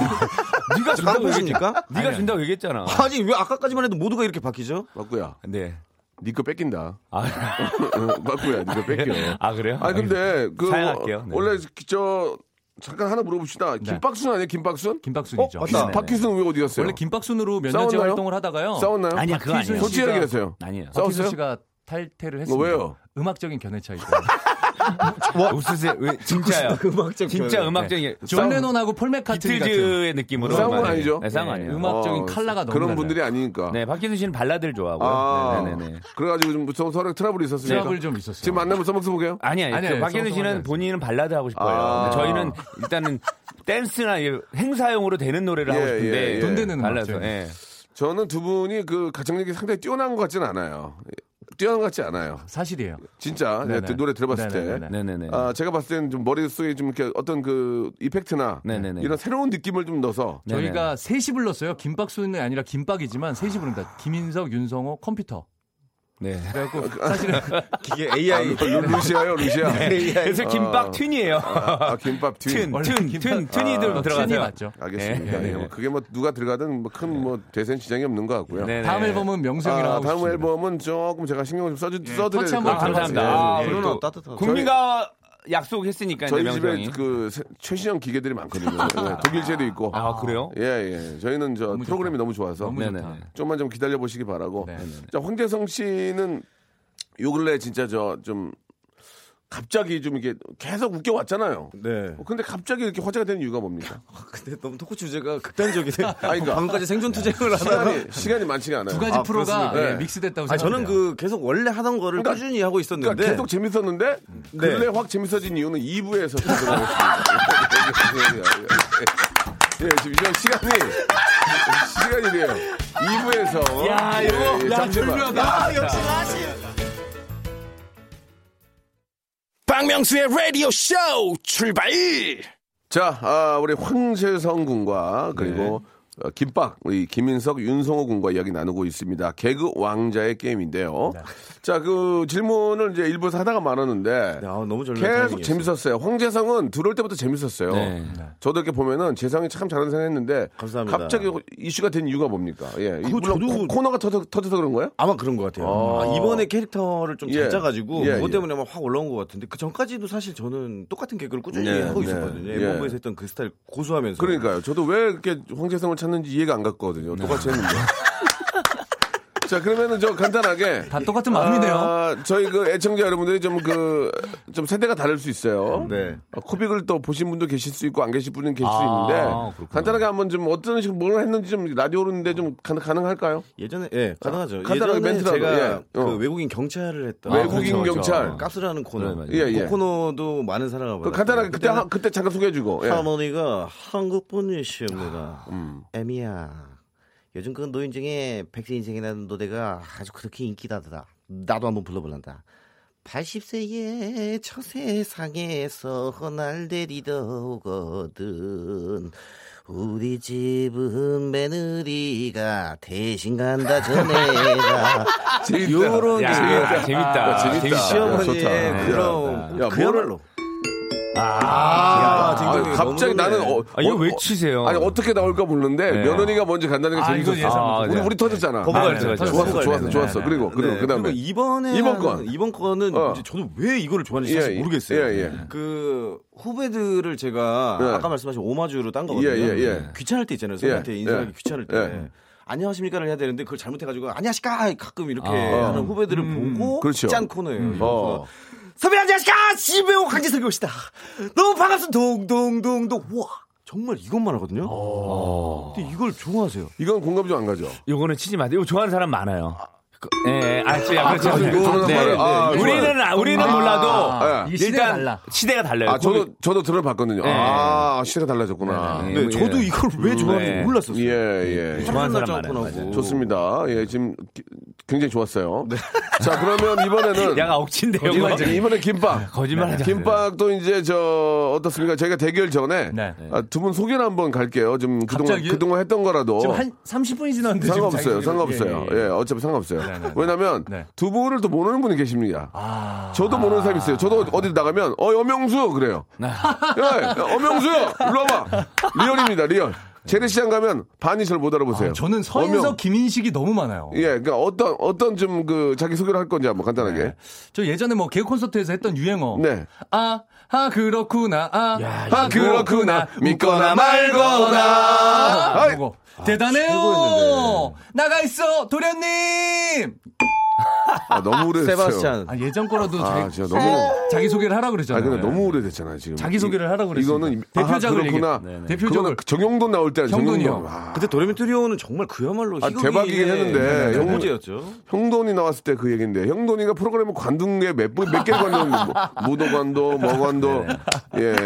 네가 준다고
깡패십니까?
얘기했잖아. 네가 준다고 얘기했잖아.
아니 왜 아까까지만 해도 모두가 이렇게 바뀌죠?
막구야,
네.
니거 뺏긴다. [LAUGHS]
아,
막구야, 니거 뺏겨.
아 그래요?
아 근데 그
사양할게요. 네.
원래 저 잠깐 하나 물어봅시다. 김박순 아니에요? 김박순?
김박순이죠.
어, 맞다.
네네.
박희순 왜 어디 갔어요?
원래 김박순으로 몇 년째
싸웠나요?
활동을 하다가요.
싸웠나요?
아니야 그거 아니에요.
박희순 씨.
솔직히 얘기하세요.
아니에요.
싸웠어요? 어,
박희순 씨가 탈퇴를 했습니다.
왜요?
음악적인
[LAUGHS]
견해 차이.
뭐, 웃으세요. 왜 진짜요?
음악적
진짜 음악적인
존 레논하고 폴 맥카트니 네. 같은
비틀즈의 느낌으로
싸운 건
만약에-
아니죠?
네, 싸운 거 아니에요.
음악적인
어,
칼라가 너무
그런
달라요.
분들이 아니니까.
네, 박희순 씨는 발라드를 좋아하고요.
아,
네네네.
그래가지고 좀 서로, 서로 트러블이 있었습니까?
트러블 좀 있었어요.
지금 만나면 써먹어보게요.
아니 아니.
아니,
그
아니,
박희순
성성하지
씨는 본인은 발라드 하고 싶어요.
아.
저희는 일단은 댄스나 이 행사용으로 되는 노래를 하고
예,
싶은데
예, 예.
돈 되는
발라드.
음악죠.
예.
저는 두 분이 그 가창력이 상당히 뛰어난 것 같진 않아요. 뛰어난 것 같지 않아요.
사실이에요.
진짜 예,
네네.
노래 들어봤을
네네네네.
때.
네네네.
아, 제가 봤을 때는 좀 머릿속에 좀 이렇게 어떤 그 이펙트나
네네네.
이런 새로운 느낌을 좀 넣어서
네네.
저희가 셋이 불렀어요. 김박순이 아니라 김박이지만 셋이 부릅니다. 김인석, 윤성호, 컴퓨터.
네.
이게
아,
AI
루, 루- 루시아요, 루시아. 네.
그래서 김밥 튠이에요.
아, 김밥 튀.
튠, 튠, 튠, 튠이들
튠이
들어가세요.
맞죠.
알겠습니다.
네, 네,
예,
네.
그게 뭐 누가 들어가든 뭐 큰 뭐 대세는 지장이 없는 것 같고요.
네네.
다음 앨범은 명성이랑
아,
하고
다음
싶습니다.
앨범은 조금 제가 신경 좀 써주, 써드려야
터치
될것
한번
같아요.
감사합니다.
예.
아,
예.
그러면
따뜻하다. 저희-
국민과 약속했으니까
저희
명이
집에 그 세- 최신형 기계들이 많거든요. 예, 독일제도 있고.
아, 그래요?
예, 예. 저희는 저 프로그램이 너무 좋아서
너무
네네.
좋다.
좀만 좀 기다려 보시기 바라고.
네.
자, 황재성 씨는 요 근래 진짜 저 좀 갑자기 좀 이게 계속 웃겨 왔잖아요.
네.
어, 근데 갑자기 이렇게 화제가 되는 이유가 뭡니까?
근데 너무 토크 주제가 [LAUGHS] 극단적이세요.
그러니까.
방금까지 생존 투쟁을 하다가
시간이, 시간이 많지가 않아요.
두 가지
아,
프로가
그렇습니까?
예,
네.
믹스됐다고
아,
생각해요.
저는 그 계속 원래 하던 거를
그러니까-
꾸준히 하고 있었는데
그러니까 계속 재밌었는데
음.
근래
네.
확 재밌어진 이유는 2부에서 [LAUGHS] 예, 지금 이건 시간이 시간이래요. 2부에서 예,
야, 이거- 야, 절묘하다.
박명수의 라디오 쇼 출발
자, 아, 우리 황재성 군과 그리고
네.
어, 김박 우리 김인석, 윤성호 군과 이야기 나누고 있습니다. 개그 왕자의 게임인데요.
네.
자, 그 질문을 이제 일부에서 하다가 말았는데
네.
아, 너무 절묘.
계속 재밌었어요. 황재성은 들어올 때부터 재밌었어요.
네.
저도 이렇게 보면은 재성이 참 잘하는 생각했는데
감사합니다.
갑자기 이슈가 된 이유가 뭡니까? 예, 이- 물론
저도-
코- 코너가 터져, 터져서 그런 거예요?
아마 그런 것 같아요.
아.
아, 이번에 캐릭터를 좀
예.
잘 짜가지고
예,
그것
예.
때문에 아마 확 올라온 것 같은데 그 전까지도 사실 저는 똑같은 개그를 꾸준히
네,
하고
네,
있었거든요.
예.
앨범에서 했던 그 스타일 고수하면서.
그러니까요. 저도 왜 이렇게 황재성을 찾는지 이해가 안 갔거든요. 똑같이 했는데. 자, 그러면은 저 간단하게
다 똑같은 마음이네요.
아, 저희 그 애청자 여러분들이 좀 그 좀 세대가 다를 수 있어요.
네.
어, 코빅을 또 보신 분도 계실 수 있고 안 계실 분은 계실 수
아,
있는데
그렇구나.
간단하게 한번 좀 어떤 식으로 뭘 했는지 좀 라디오로인데 좀 가, 능할까요
예전에 예 가능하죠.
간단하게
예전에
멘트라도,
제가
예.
그
어.
외국인 경찰을 했던
외국인
그렇죠,
경찰.
그렇죠.
깝스라는
네,
코너.
맞아요.
예, 예.
그 코너도 많은 사랑을
그
받았어요.
간단하게 그때
그때는
하- 그때 잠깐 소개해주고.
아,
예.
뭐,
아, 음.
할머니가 한국 분이십니다. 애미야, 요즘 그 노인 중에 백세 인생이라는 노래가 아주 그렇게 인기다더라. 나도 한번 불러볼란다. 80세의 저 세상에서 날 데리더거든. 우리 집은 며느리가 대신
[LAUGHS]
간다 전해라.
재밌다.
요런
야, 재밌다. 재밌다.
아, 재밌다.
재밌다.
시험-
시어머니의
좋다. 네,
그런
야,
그야말로.
아,
딩동댕이 너무
갑자기 나는 어,
아, 이거
어,
왜
어,
치세요?
아니 어떻게 나올까 모르는데
네.
며느리가 먼저 간다는 게
아, 이거
재밌었어.
예상
아,
우리
네.
우리 터졌잖아.
거부가
아, 좋았어,
있어요, 저희.
좋았어,
거부가
좋았어,
있네요.
좋았어. 그리고 그리고
네,
그다음에
그리고 이번에
이번 건.
이번 거는
어.
이제 저도 왜 이걸 좋아하는지 사실
예, 예.
모르겠어요.
예, 예.
그 후배들을 제가
예.
아까 말씀하신 오마주로 딴 거거든요. 네.
예, 예, 예.
귀찮을 때 있잖아요. 선배한테
예,
인사하기
예.
귀찮을 때.
예.
안녕하십니까를 해야 되는데 그걸 잘못해가지고 안녕하십니까 가끔 이렇게
아.
하는 후배들을 보고
그렇죠.
짠 코너예요.
어.
그래서 선배 안녕하십니까 지배우 강지석이 오시다. 너무 반갑습니다. 동동동동 와 정말 이것만 하거든요. 근데 이걸 좋아하세요.
이건 공감 좀 안 가죠.
네.
요거는 치지 마세요. 이거 좋아하는 사람 많아요. 그, 예, 예. 아, 지- 아, 그렇죠.
그래요? 요거는 말해요. 아,
네. 우리는, 아, 우리는 몰라도.
예.
이게 시대가 달라.
시대가 달라요.
아, 저도 저도 들어봤거든요.
예.
아, 시대가 달라졌구나.
네,
네,
예.
저도 이걸 왜 좋아하는지
네.
몰랐었어요.
예, 예.
좋아하는
하루
사람
날
많아요.
짬뽕하고.
좋습니다. 예, 지금 기- 굉장히
[LAUGHS]
좋았어요.
네.
자, 그러면 이번에는
야가 억진데요.
이번, 이번에
[LAUGHS]
김밥.
거짓말 하지 마세요.
김밥도 이제 저 어떻습니까? 저희가 대결 전에 아,
네.
두 분 소개를 한번 갈게요. 좀 그동안
갑자기요?
그동안 했던 거라도
지금 한 30분이 지났는데 지금
상관없어요.
자기들이-
상관없어요.
예,
예,
예.
어차피 상관없어요.
네, 네.
왜냐면
네. 아.
두 분을 또 모르는 분이 계십니다. 저도 모르는 사람이 있어요. 저도 어디 나가면 어 여명수 그래요.
네.
예, 어명수 일로 와봐. 리얼입니다. 리얼. 재래시장 가면 반이 저를 못 알아보세요.
저는 서인석,
예. 어명-
김인식이 너무 많아요.
예, 그러니까 어떤 어떤 좀 그 자기 소개를 할 건지 한번 간단하게.
저 예전에 뭐 개그 콘서트에서 했던 유행어.
네.
아, 아 그렇구나. 아,
아 그렇구나 믿거나 말거나. 아이,
이거 대단해요. 나가 있어 도련님.
아, 너무 오래됐어요.
세바스찬.
아 예전 거라도
아,
자기,
진짜 너무.
자기 소개를 하라
아,
그랬잖아요.
근데 너무 오래됐잖아요 지금.
자기 소개를 하라고
이-
그랬어요.
이거는
대표작을
아, 그렇구나.
얘기해. 네네.
그거는
대표작을.
정용돈 나올 때
형돈이
정용돈.
형.
아,
그때 도레미 트리오는 정말 그야말로
아, 대박이긴
네,
예, 했는데.
형제였죠.
형돈이 나왔을 때 그 얘긴데 형돈이가 프로그램을 관둔 게몇분몇개 관뒀는데 뭐, 무도관도 뭐관도
네.
예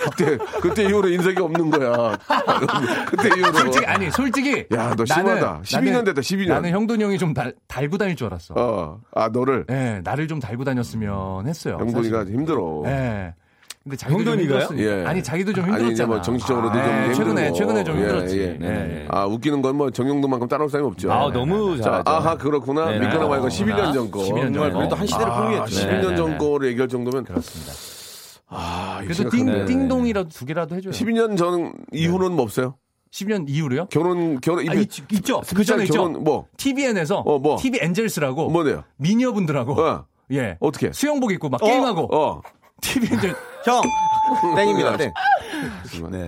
그때 그때 이후로 인색이 없는 거야 [LAUGHS] 그때 이후로
솔직히 아니 솔직히
야, 너 심하다. 12년 됐다, 12 년.
나는 형돈이 네, 형이 좀 달, 달고 다닐 줄 알았어.
어아 너를
예, 나를 좀 달고 다녔으면 했어요.
형돈이가 힘들어
사실. 예. 근데 자기도 좀
형돈이가요?
힘들었으니까.
예.
아니 자기도 좀
아니, 이제
힘들었잖아.
뭐 정신적으로도 좀
예, 최근에
힘들고.
최근에 좀
예,
힘들었지.
예.
네.
아 웃기는 건 뭐 정용도만큼 따라올 사람이 없죠.
아,
네.
너무
자,
잘하죠.
아하 그렇구나
네,
믿거나
네.
말거 11년 전 거.
11년 전
정말
거.
우리도 한 시대를 풍미했죠.
네, 네,
11년
네.
전 거를 얘기할 정도면 그렇습니다. 아,
그래서
그래서
띵,
띵,
띵-
띵동이라도 두 개라도 해줘요.
12년 전 이후로는 뭐 없어요?
10년 이후로요?
결혼 결혼
아,
이게
있, 있죠. 그
스페셜
전에 있죠.
결혼 뭐
TVN에서
어, 뭐?
TV 엔젤스라고
뭐네요?
미녀분들하고
어.
예
어떻게?
수영복 입고 막 게임하고
어.
TV 엔젤
형 땡입니다. 땡.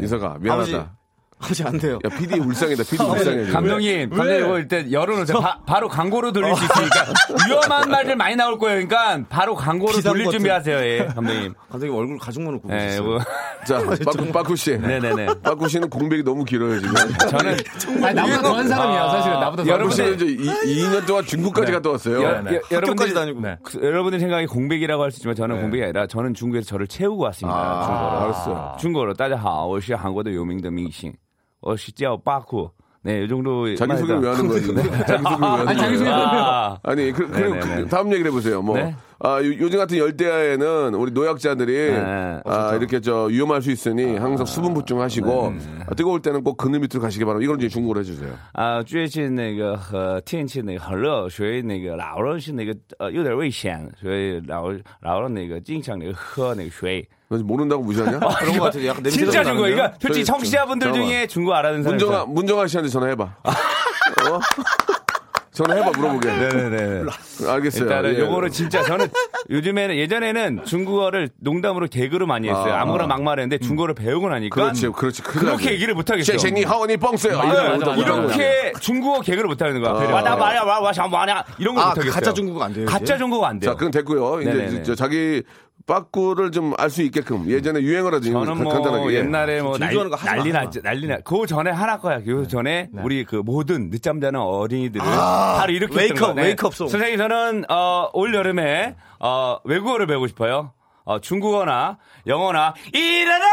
이사가
아버지
미안하다.
아버지 안 돼요.
야, PD 울상이다. PD 울상이야. 지금.
감독님, 감독님 이거 일단 열어놓으세요. 바, 로 광고로 돌릴 수 있으니까
어. [LAUGHS]
위험한 말들 많이 나올 거예요. 그러니까 바로 광고로
비상
돌릴
버튼.
준비하세요, 예, 감독님.
감독님 얼굴 가죽만을 꾸고
예,
계셨어요.
이거
자, 빠꾸 빠꾸 씨.
네네네.
빠꾸 씨는 공백이 너무 길어요 지금.
저는
아니, 나보다 더한 사람이야 사실은 나보다 더
빠꾸
한 사람.
씨는 이제 2년 동안 중국까지 갔다 왔어요.
여-
네.
여- 여러분들
다니고.
네.
그- 여러분들 생각이 공백이라고 할 수 있지만
네.
저는 공백이 아니라 저는 중국에서 저를 채우고 왔습니다.
아, 알았어요.
중국어로. 중국어로 따자하, 어시 한국의 유명의 밍싱, 어시 찌아오 빠쿠. 네, 이 정도.
자기 소개를 왜 하는 거예요? 지금? [LAUGHS] 자기 소개를 왜 하는
아니, 자기
거예요?
소개를
아,
아니, 그, 그리고
네네네.
그 다음 얘기를 해보세요. 뭐,
네?
아, 요, 즘 같은 열대야에는 우리 노약자들이
네.
아, 이렇게 저 위험할 수 있으니 항상 수분 보충하시고 아, 뜨거울 때는 꼭 그늘 밑으로 가시기 바랍니다. 이걸 이제 중국어로 해주세요.
啊，最近那个和天气那个很热，所以那个老人是那个呃有点危险，所以老老人那个经常那个喝那个水。
너 지금 모른다고 무시하냐?
그런 거 같아요. 약간 냄새가
진짜
좀
중국 이거
나는데요?
저기
솔직히 청취자분들
잠깐만.
중에 중국 알아는 사람.
문정아, 문정아 씨한테 전화해봐. 어? [LAUGHS] 전화해봐, 물어보게.
네네네.
아,
알겠어요.
일단은
예.
요거를 진짜 저는 요즘에는 예전에는 중국어를 농담으로 개그로 많이 했어요.
아.
아무거나 막말했는데 중국어를 배우고 나니까
그렇죠.
그렇지, 그렇지. 큰일
그렇게
나지.
얘기를 못 하겠어.
쉐쉐니 하원이 뻥쎄요.
맞아, 맞아, 맞아.
이렇게 중국어 개그를 못 하는 거야. 와다 말야 와 와샤 와냐 이런 거
아,
못 하겠어요.
가짜 중국어 안 돼요, 이제?
가짜 중국어 안 돼요.
자, 그건 됐고요. 이제
네네네.
저 자기 빠꾸를 좀 알 수 있게끔 예전에 유행을 하죠.
저는 뭐
간단하게. 예.
옛날에 뭐 날,
질주하는 예. 거 하지 네. 마,
난리
하지 마.
났지 난리 났그 전에 하나 거야 그 전에 우리 그 모든 늦잠 자는 어린이들을 바로 이렇게
아, 웨이크업,
했던 거네.
웨이크업송.
선생님 저는 어, 올 여름에 어, 외국어를 배우고 싶어요 어, 중국어나 영어나 일어나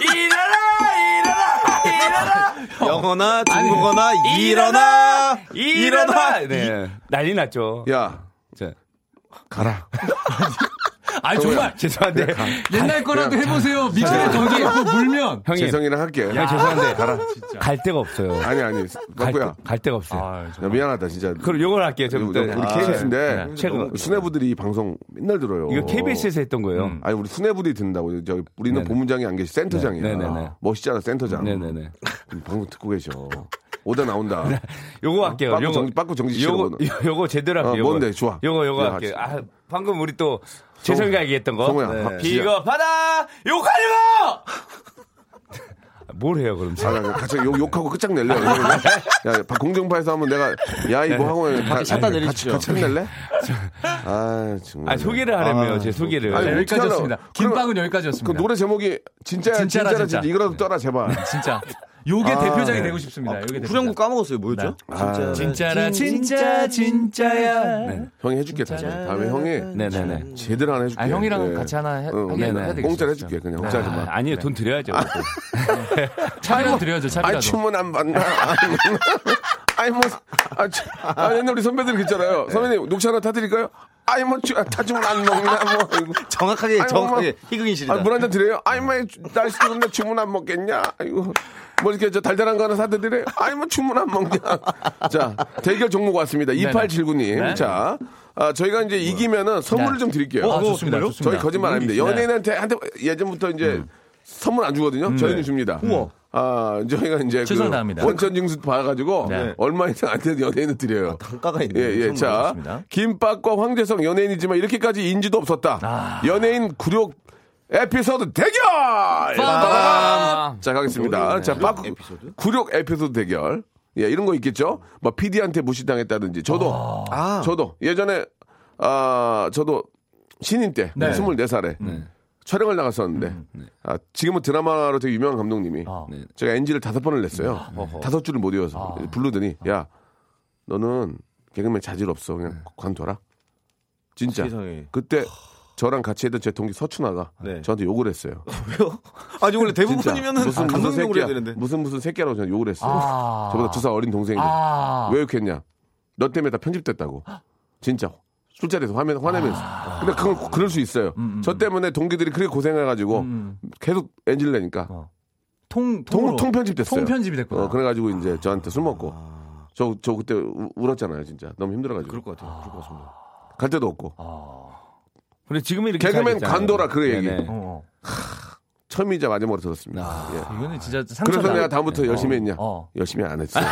일어나 일어나
[LAUGHS] 영어나 중국어나
일어나
일어나 예.
일어나 일어나 네. 난리 났죠
야,
자,
가라.
아
예.
정말
죄송한데
옛날 거라도 해보세요 미천에 던져놓고 물면
형님
재성이랑 할게.
형 죄송한데 갈 데가 없어요
아니 아니,
갈,
바꾸야.
데- 갈 데가 없어요
야, 미안하다 진짜.
그럼 요걸 할게요 저
우리 우리 KBS인데
네.
아,
최고.
수뇌부들이 이 방송 맨날 들어요.
이거 KBS에서 했던 거예요.
아니 우리 수뇌부들이 듣는다고 저기 우리는
네네.
본부장이 안 계시 센터장이야.
네, 네네네.
멋있잖아 센터장.
네네네. 네.
방송 듣고 계셔. 오다 나온다.
요거
어,
할게요.
빠꾸
요거
정지- 빠꾸 정지 씨로
요거
보는.
요- 요거 제대로 할게요.
아,
요거.
뭔데? 좋아.
요거 요거
야,
할게요.
아,
아, 방금 우리 또 재성이가 얘기했던 거. 네.
성우야, 밥 진짜-
비겁하다. 욕하지 마. [LAUGHS] 뭘 해요 그럼?
아, 야, 같이 욕, 욕하고 끝장 낼래. 야, 박- 공정파에서 한번 내가 야 이거 학원에 다-
샷다
아니,
내리십시오.
같이 끝낼래? 아 정말.
아 소개를 하려면 제 소개를.
아니,
네,
어떻게 하나-
여기까지였습니다.
그럼-
김밥은
그
여기까지였습니다.
노래 제목이 진짜
진짜라,
진짜라
진짜.
진짜 이거라도 떠라 제발.
진짜 요게 대표작이
네. 아,
되고 싶습니다. 요게 대표작.
후렴구 까먹었어요. 뭐였죠? 진짜
진짜라 네. 진짜 진짜야.
형이 해줄게 다음에. 다음에 형이
네네네.
제대로 하나 해줄게.
아 형이랑
예.
같이 하나 해,
응,
하게
네네.
해야 되겠죠.
공짜로 해줄게 그냥 공짜로
아,
만
아니요 돈 드려야죠.
차비라도 드려야죠.
아
차비라도.
춤은 안 봤나? [LAUGHS] 아이 뭐, 아, 참. 아 옛날 우리 선배들 있잖아요.
네.
선배님 녹차 하나 타드릴까요? 아이 뭐 주- 타주면 안 먹나 뭐. 아이고.
정확하게
아니,
정확하게
엄마.
희극인 시리다.
아, 물 한잔 드려요? 아이 뭐 날씨 좋은데 주문 안 먹겠냐? 아이고. 뭐 이렇게 저 달달한 거 하나 사드려요? 아이 뭐 주문 안 먹냐? 자 대결 종목 왔습니다. 2879님.
네.
자. 아, 저희가 이제 이기면은 선물을
네.
좀 드릴게요.
어,
아, 좋습니다. 좋습니다.
저희 거짓말
네.
아닙니다. 연예인한테 한테 예전부터 이제 선물 안 주거든요. 저희는 줍니다. 아, 저희가 이제
최선을 다합니다.
원천 징수 봐가지고
네.
얼마 이상 안 되는 연예인을 드려요.
단가가 있네요.
예, 예.
선물
자,
좋습니다.
김밥과 황재성 연예인이지만 이렇게까지 인지도 없었다. 연예인 굴욕 에피소드 대결!
빠밤!
자, 가겠습니다. 자, 빠 굴욕 에피소드 대결. 예, 이런 거 있겠죠? 뭐, PD한테 무시당했다든지. 저도,
아.
저도 예전에, 아, 저도 신인 때,
네.
24살에 촬영을 나갔었는데,
음, 네.
아, 지금은 드라마로 되게 유명한 감독님이
아.
제가 NG를 다섯 번을 냈어요.
음, 네.
다섯 줄을 못 외워서.
아.
부르더니, 야, 너는 개그맨 자질 없어. 그냥 관둬라. 진짜.
네. 세상에.
그때 저랑 같이 했던 제 동기 서춘아가
네.
저한테 욕을 했어요.
[LAUGHS] 왜요? 아니 원래
진짜.
대부분이면은
무슨 무슨
감성용으로
새끼야.
해야 되는데.
무슨 무슨 새끼라고 저는 욕을 했어요.
아.
저보다 두 살 어린 동생이.
아.
왜 욕했냐? 너 때문에 다 편집됐다고. 진짜. 술자리에서 화면 화내면서.
아.
근데 그건 그럴 수 있어요.
음,
저 때문에 동기들이 그렇게 고생해가지고 계속 엔질 내니까
어.
통,
통, 통으로.
통편집 됐어요.
통편집이 됐구나.
아.
어, 그래가지고 이제 저한테 술 먹고 저 저 그때 우- 울었잖아요, 진짜 너무 힘들어가지고.
그럴 것 아. 같아요. 그럴 것 같습니다. 아.
갈 데도 없고.
근데 지금은 이렇게
개그맨
살겠잖아요.
관둬라, 그 얘기.
네네.
어,
처음이자 마지막으로 들었습니다.
아.
예.
어. 이거는 진짜 상처다.
그래서 내가 다음부터 열심히 했냐?
어.
열심히 안 했어요.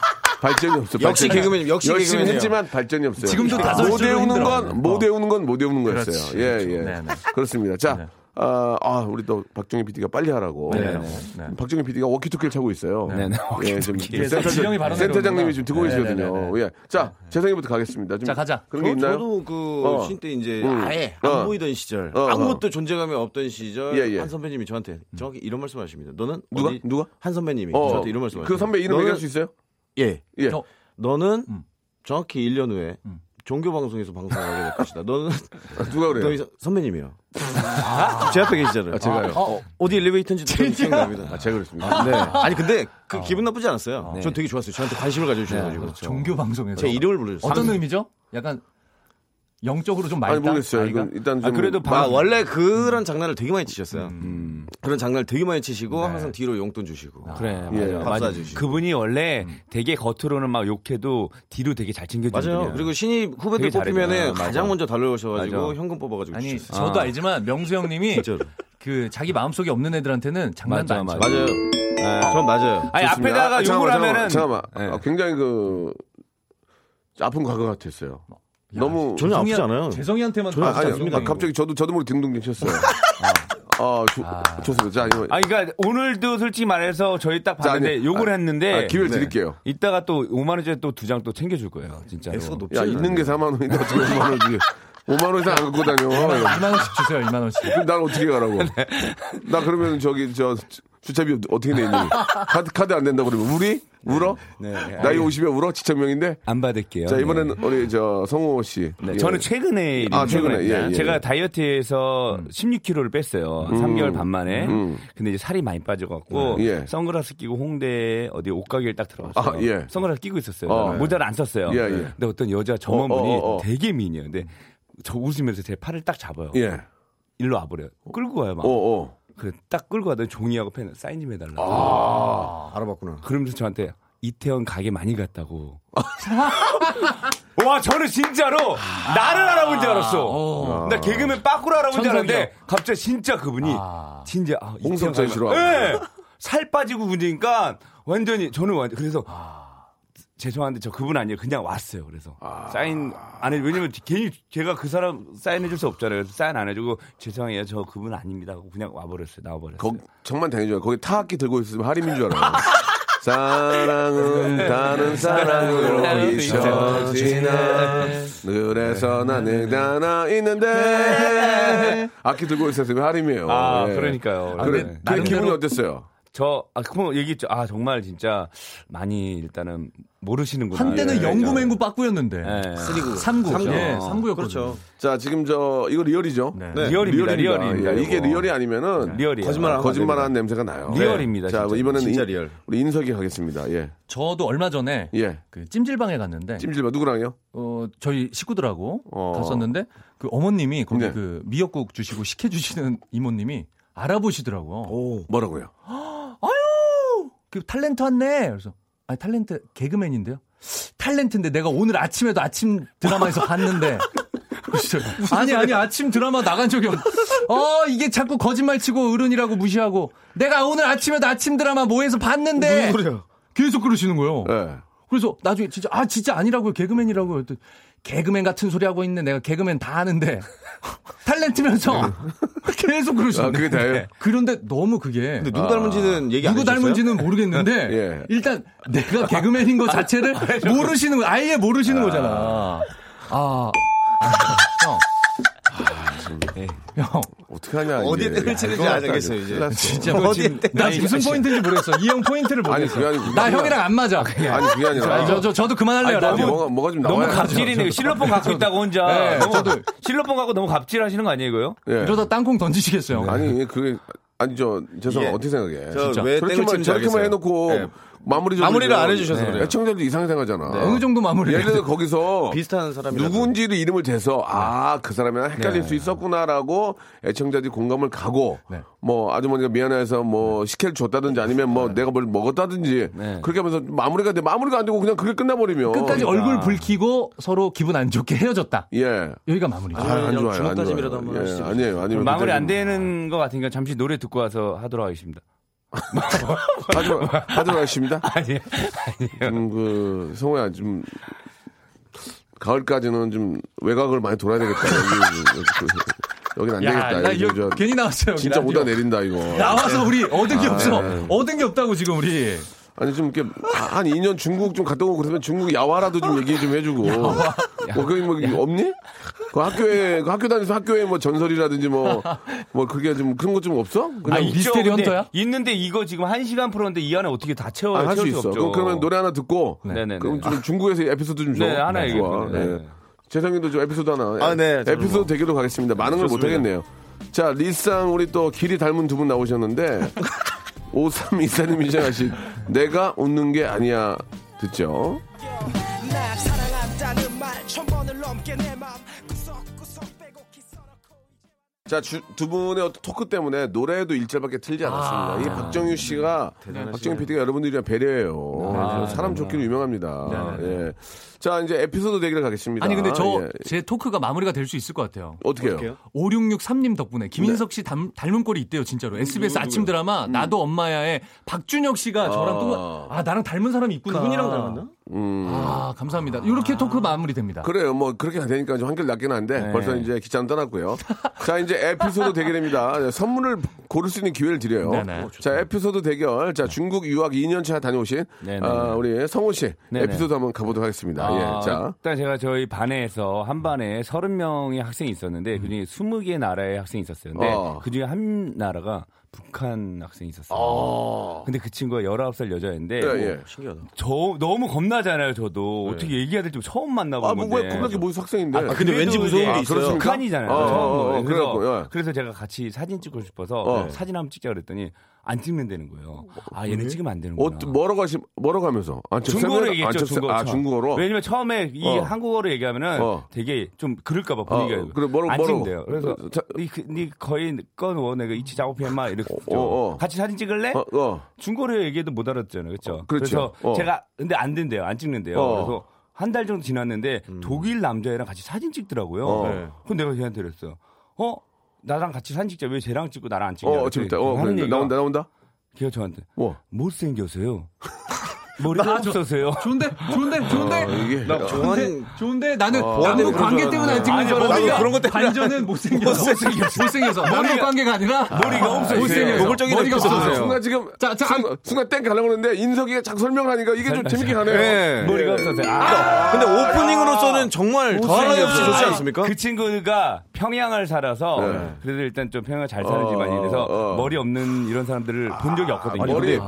[LAUGHS] 발전이 없어.
역시
발전이-
개그맨, 역시
열심히
개그맨이에요.
했지만 발전이 없어요.
지금도 다섯
못
줄로
외우는
힘들어.
건, 못 외우는 건, 못 외우는 거였어요.
그렇지,
예,
그렇죠.
예.
네, 네.
그렇습니다. 자,
네.
아, 아, 우리 또 박종희 PD가 빨리 하라고.
네, 네, 네.
박종희 PD가 워키토키를 차고 있어요.
네, 네.
예, 지금
그래서 지령이 바로
센터장님이
내려오는구나.
지금 듣고
네,
계시거든요.
네, 네, 네.
예. 자, 재성이부터 가겠습니다. 좀
자, 가자.
그런 게 있나요?
저도 그
어.
신때 이제
음.
아예 안
어.
보이던 시절
어, 어.
아무것도 존재감이 없던 시절
예, 예.
한 선배님이 저한테 정확히 이런 말씀하십니다. 너는
누가?
어디-
누가?
한 선배님이
어,
저한테 이런 말씀하십니다.
그 선배 이름 얘기할 수 음. 있어요?
예.
예.
저-
너는 정확히 1년 후에 종교 방송에서 방송을 하게 될 것이다. 너는
누가
너
음. 그래요?
이상- 선배님이요. [LAUGHS] 제 앞에 계시잖아요.
제가요?
어, 어디 엘리베이터인지 기억납니다.
아, 제가 그랬습니다.
네. 아니 근데 그 기분 나쁘지 않았어요. 전 되게 좋았어요. 저한테 관심을 가져주셔가지고
종교 방송에서.
제 이름을 부르셨어요.
어떤 의미죠? 약간 영적으로 좀 많이.
아니, 모르겠어요. 이건 일단 좀.
아, 그래도
마-
아, 원래 그런 장난을 되게 많이 치셨어요. 그런 장난을 되게 많이 치시고 항상 뒤로 용돈 주시고
어, 그래
예.
맞아요.
밥
맞아요.
사주시고.
그분이 원래
음.
되게 겉으로는 막 욕해도 뒤로 되게 잘 챙겨주는
맞아요.
분이에요.
그리고 신입
되게
후배들
잘해줘요.
뽑히면은
아, 맞아.
가장 먼저 달려오셔가지고
맞아.
현금 뽑아가지고
아니,
주셨어요.
저도 알지만 명수 형님이
[LAUGHS] 진짜로.
그 자기 마음속에 없는 애들한테는 장난도
맞아,
안 쳐.
맞아.
맞아요. 전 맞아요.
아니
네. 좋습니다.
앞에다가
아,
욕을
잠깐만, 잠깐만,
하면은
잠깐만.
네.
아, 굉장히 그 아픈 과거 같았어요.
뭐,
너무
전혀
죄송이-
아프지 않아요.
재성이한테만
전혀
그런
아프지
아니,
정도는
아,
아니고.
갑자기 저도 저도 모르게 등등
[LAUGHS]
쳤어요. 아, 조- 좋습니다. 자, 이거
아, 그러니까 오늘도 솔직히 말해서 저희 딱 봤는데
아니,
욕을 했는데 네.
아, 기회를 드릴게요.
이따가 또 5만 원짜리 또 두 장 또 챙겨줄 거예요, 진짜.
X가 높지
야, 있는 게 4만 원인데 어떻게 5만 원 주게? 5만 원 이상 안 갖고 다녀.
2만 원씩 주세요. 2만 원씩.
그럼 난 어떻게 가라고?
네.
나 그러면 저기 저 주차비 어떻게 내니? 카드 카드 안 된다 고 그러면
네.
우리 울어? 나이 50에 울어? 지천명인데.
안 받을게요.
자,
네.
이번에는 우리 저 성호 씨.
네,
예.
저는 최근에 일인데
아, 최근에, 예, 음. 예.
제가 다이어트에서 16kg를 뺐어요. 3개월 반 만에. 근데 이제 살이 많이 빠져갖고
음. 네. 예.
선글라스 끼고 홍대 어디 옷가게를 딱 들어갔어요.
아, 예.
선글라스 끼고 있었어요.
어.
모자를 안 썼어요.
예, 예.
근데 어떤 여자 점원분이
어, 어, 어.
되게 미인이에요. 근데 저 웃으면서 제 팔을 딱 잡아요.
예.
일로 와버려요. 끌고 와요. 막.
어, 어.
그래 딱 끌고 가더니 종이하고 펜 사인 좀 해달라고. 아,
알아봤구나.
그러면서 저한테 이태원 가게 많이 갔다고. [LAUGHS] 와 저는 진짜로 나를 알아본 줄 알았어. 나 개그맨 빠꾸를 알아본 줄 알았는데 갑자기 진짜 그분이 진짜 아, 이태원
홍성찬
가게
씨로
많이-
알고.
예. 살 빠지고 문제니까 완전히 저는 완전 그래서 죄송한데 저 그분 아니에요. 그냥 왔어요. 그래서
아.
사인 안 해. 왜냐면 괜히 제가 그 사람 사인해 줄 수 없잖아요. 그래서 사인 안 해주고 죄송해요. 저 그분 아닙니다. 하고 그냥 와버렸어요. 나와버렸어요.
거, 정말 당연히 거기 타악기 들고 있으면 하림인 줄
[LAUGHS]
알아요. 사랑은
네.
다른 사랑으로 잊혀지나
네.
그래서 나는 하나
네.
있는데 악기 들고 있었으면 하림이에요.
아,
예.
그러니까요.
아, 그래,
네.
그 기분이
나름대로-
어땠어요?
저, 아, 그럼 얘기했죠. 아, 정말 진짜 많이 일단은 모르시는구나.
한때는
예,
영구맹구
예.
빠꾸였는데.
쓰리구.
3구. 예,
삼구.
3구였거든요.
그렇죠.
자, 지금 저 이거 리얼이죠?
네.
리얼입니다.
리얼입니다. 리얼입니다.
예, 이게
이거. 네.
리얼이 아니면은
리얼이에요. 네.
거짓말하고
거짓말하는 냄새가 나요.
리얼입니다, 네.
자,
진짜.
이번에는
진짜
인-
리얼.
우리 인석이 가겠습니다. 예.
저도 얼마 전에
예.
그 찜질방에 갔는데
찜질봐 누구랑요?
어, 저희 식구들하고
어.
갔었는데 그 어머님이 거기
네.
그 미역국 주시고 식혜 주시는 이모님이 알아보시더라고요.
뭐라고요?
아유, 그 탤런트 왔네. 그래서 아니 탤런트 개그맨인데요. 탤런트인데 내가 오늘 아침에도 아침
[LAUGHS]
드라마에서 봤는데. 그러시더라고요. 아니 아니 아침 드라마 나간 적이 없. 어 이게 자꾸 거짓말 치고 어른이라고 무시하고 내가 오늘 아침에도 아침 드라마 뭐해서
어,
봤는데. 계속 그러시는 거예요.
예.
그래서 나중에 진짜 아 진짜 아니라고요 개그맨이라고요 그랬더니 개그맨 같은 소리 하고 있네 내가 개그맨 다 아는데 [LAUGHS] 탤런트면서 [LAUGHS] 계속
아,
그러시는데
그게 다예요?
그런데 너무 그게
근데 누구 닮은지는 얘기 안
누구
해주셨어요?
닮은지는 모르겠는데
[LAUGHS] 예. 아,
일단 내가 개그맨인
[LAUGHS]
거 자체를 모르시는 거 아예 모르시는 거잖아 아, 아, 형. 형
어떻게 하냐.
어디에
이게.
뜰을 치는지
큰일 났다,
아, 알겠어요, 이제.
큰일 났어.
진짜 뭐 지금 나 무슨 포인트인지 모르겠어 이 형 포인트를
아니,
모르겠어
그게 아니고
나
그냥-
형이랑 안 맞아
아니, 그게 아니라.
저, 저, 저도 그만할래요
아니,
라디오.
너무 뭐가, 뭐가 좀
너무
나와야
갑질이네요. 실로폰 갖고 있다고 혼자.
네,
너무,
저도.
실로폰 갖고 너무 갑질 하시는 거 아니에요, 이거요?
예.
이러다 땅콩 던지시겠어요.
아니, 그게. 아니, 저, 죄송,
예.
어떻게 생각해?
저왜 땡을
저렇게만,
치는지
저렇게만
알겠어요.
해놓고
예.
마무리
마무리를 안 해주셔서 그래요. 네.
애청자도 이상하게 생각하잖아.
어느 정도 마무리.
예를 들어서 거기서
[LAUGHS] 비슷한 네. 사람이
누군지를 이름을 대서 아 그 사람이 헷갈릴
네.
수 있었구나라고 애청자들이 공감을 가고 뭐 아주머니가 미안해서
네.
뭐 식혜를 줬다든지 아니면 뭐 내가 뭘 먹었다든지 그렇게 하면서 마무리가 돼 마무리가 안 되고 그냥 그게 끝나버리면
끝까지
그러니까.
얼굴 붉히고 서로 기분 안 좋게 헤어졌다.
예.
여기가 마무리.
아, 안 좋아요. 안
주먹다짐이라도
좋아요.
한번
예,
하시죠.
아니에요. 아니면
마무리 안 되는 것 같으니까 잠시 노래 듣고 와서 하도록 하겠습니다.
하도 하도 하십니다.
아니,
음, 그 성호야 좀 가을까지는 좀 외곽을 많이 돌아야 되겠다. 여기, 는안 되겠다.
나
아, 이거
이거
저-
괜히 나왔어요.
진짜 아, 예.
라디오.
오다 내린다 이거.
나와서 우리 얻은 게 없어. 얻은 게 없다고 지금 우리.
아니 좀 이렇게 한 2년 중국 좀 갔다 오고 그러면 중국 야화라도 좀 얘기 좀 해주고. 뭐 그게 뭐 없니? 그 학교에 그 학교 다니면서 학교에 뭐 전설이라든지 뭐 뭐 그게 좀 그런 거 좀 없어? 그냥
아니, 미스테리
있죠, 근데
헌터야?
있는데 이거 지금 한 시간 풀었는데 이 안에 어떻게 다 채워
아,
채울
할 수
수
있어.
없죠.
그럼 그러면 노래 하나 듣고
네네네.
그럼 좀 중국에서 에피소드 좀 줘.
네, 하나 얘기해
좋아.
보세요. 네.
네. 재성이도 좀 에피소드 하나.
아, 네, 저는
에피소드
뭐.
대결로 가겠습니다. 많은 걸 못 하겠네요. 자, 리쌍 우리 또 길이 닮은 두 분
[LAUGHS]
나오셨는데 5324님이 시작하신 내가 웃는 게 아니야 듣죠.
날 사랑한다는 말 천번을 넘게 내맘 구석구석 빼곡히 썰어고
자, 주- 두 분의 어떤 토크 때문에 노래도 일절밖에 틀지
아,
않았습니다. 이
네.
박정유 씨가 박정유 PD가 여러분들이랑 배려해요.
아,
사람 좋기로
네,
유명합니다. 예. 자, 이제 에피소드 대결 가겠습니다.
아니 근데 저
예.
제 토크가 마무리가 될 수 있을 것 같아요.
어떻게 해요?
5663님 덕분에 김인석 씨 닮, 닮은 꼴이 있대요, 진짜로. SBS 아침 드라마 나도 엄마야에 박준혁 씨가 저랑 또 아, 나랑 닮은 사람이 있구나.
그분이랑 닮았나?
아, 감사합니다. 이렇게 토크 마무리됩니다.
그래요. 뭐 그렇게 안 되니까 좀 한결 낫긴 한데
네.
벌써 이제 기차는 떠났고요. [LAUGHS] 자 이제 에피소드 대결입니다. 네, 선물을 고를 수 있는 기회를 드려요.
네네.
어,
오,
자 에피소드 대결. 자 중국 유학 2년차 다녀오신
네네.
아, 우리 성호 씨
네네.
에피소드 한번 가보도록 하겠습니다.
아,
예. 자
일단 제가 저희 반에서 한 반에 30명의 학생이 있었는데 그중에 20개 나라의 학생이 있었어요. 근데
어.
그중에 한 나라가 북한 학생이 있었어요. 근데 그 친구가 19살 여자인데 뭐
예, 예.
신기하다.
저 너무 겁나잖아요, 저도. 어떻게 얘기해야 될지 처음
아,
만나보는
뭐, 왜
건데.
겁나게 모여서 학생인데.
네. 아,
근데 왠지 무서운 게
아,
있어요.
그렇습니까? 북한이잖아요.
어,
처음
어, 어,
보는. 그래서,
그래갖고, 예.
그래서 제가 같이 사진 찍고 싶어서
어.
사진 한번 찍자 그랬더니 안 찍는다는 거예요. 아, 얘는 찍으면 안 되는
어,
거야.
뭐라고 하시, 뭐라고 하면서? 아, 저
중국어로
쌤은-
얘기했죠.
아, 저 쌤-
중국어.
아, 중국어로?
왜냐면 처음에 이
어.
한국어로 얘기하면은
어.
되게 좀 그럴까봐 분위기가
어, 그래, 뭐라고-
안
뭐라고? 어,
찍는데요. 그래서
자-
니, 그- 니 거의 꺼놓어 내가 이치 작업해마 이렇게
어, 어.
같이 사진 찍을래?
어, 어.
중국어로 얘기해도 못 알았잖아요, 그렇죠?
그렇죠.
그래서
어.
제가 근데 안 된대요, 안 찍는데요.
어.
그래서 한 달 정도 지났는데 독일 남자애랑 같이 사진 찍더라고요.
어.
네. 그럼 내가 걔한테 그랬어. 어? 나랑 같이 사진 찍자. 왜 쟤랑 찍고 나랑 안
어,
찍냐?
어, 재밌다. 어,
하는
그래.
얘기가
나온다, 나온다.
걔가 저한테
뭐. [LAUGHS]
못생겨서요. 머리가 없어서요.
좋은데? 좋은데?
아,
좋은데?
이게. 어.
좋은
좋은데 나는
때문에 그런
남북 관계
줄
때문에 안 찍는
아니,
줄 알았는데
머리가 그런 것
반전은 못생겨서 못생겨서 머리 관계가 아니라 머리가
없어요.
못생겨서
노골적인
머리가
에피소드네요.
없어서
아, 순간 지금
자, 아, 자,
순간, 순간 땡 가려고 하는데 인석이가 자꾸 설명을 하니까 이게 좀 재밌게 가네요.
예.
머리가 없어서요. 아!
근데 오프닝으로서는 정말 더할 나위 없이 좋지
아니,
않습니까?
그 친구가 평양을 살아서 그래도 일단 좀 평양을 잘 사는
어,
집안이라서
어.
머리 없는 이런 사람들을 본 적이 없거든요.
머리
근데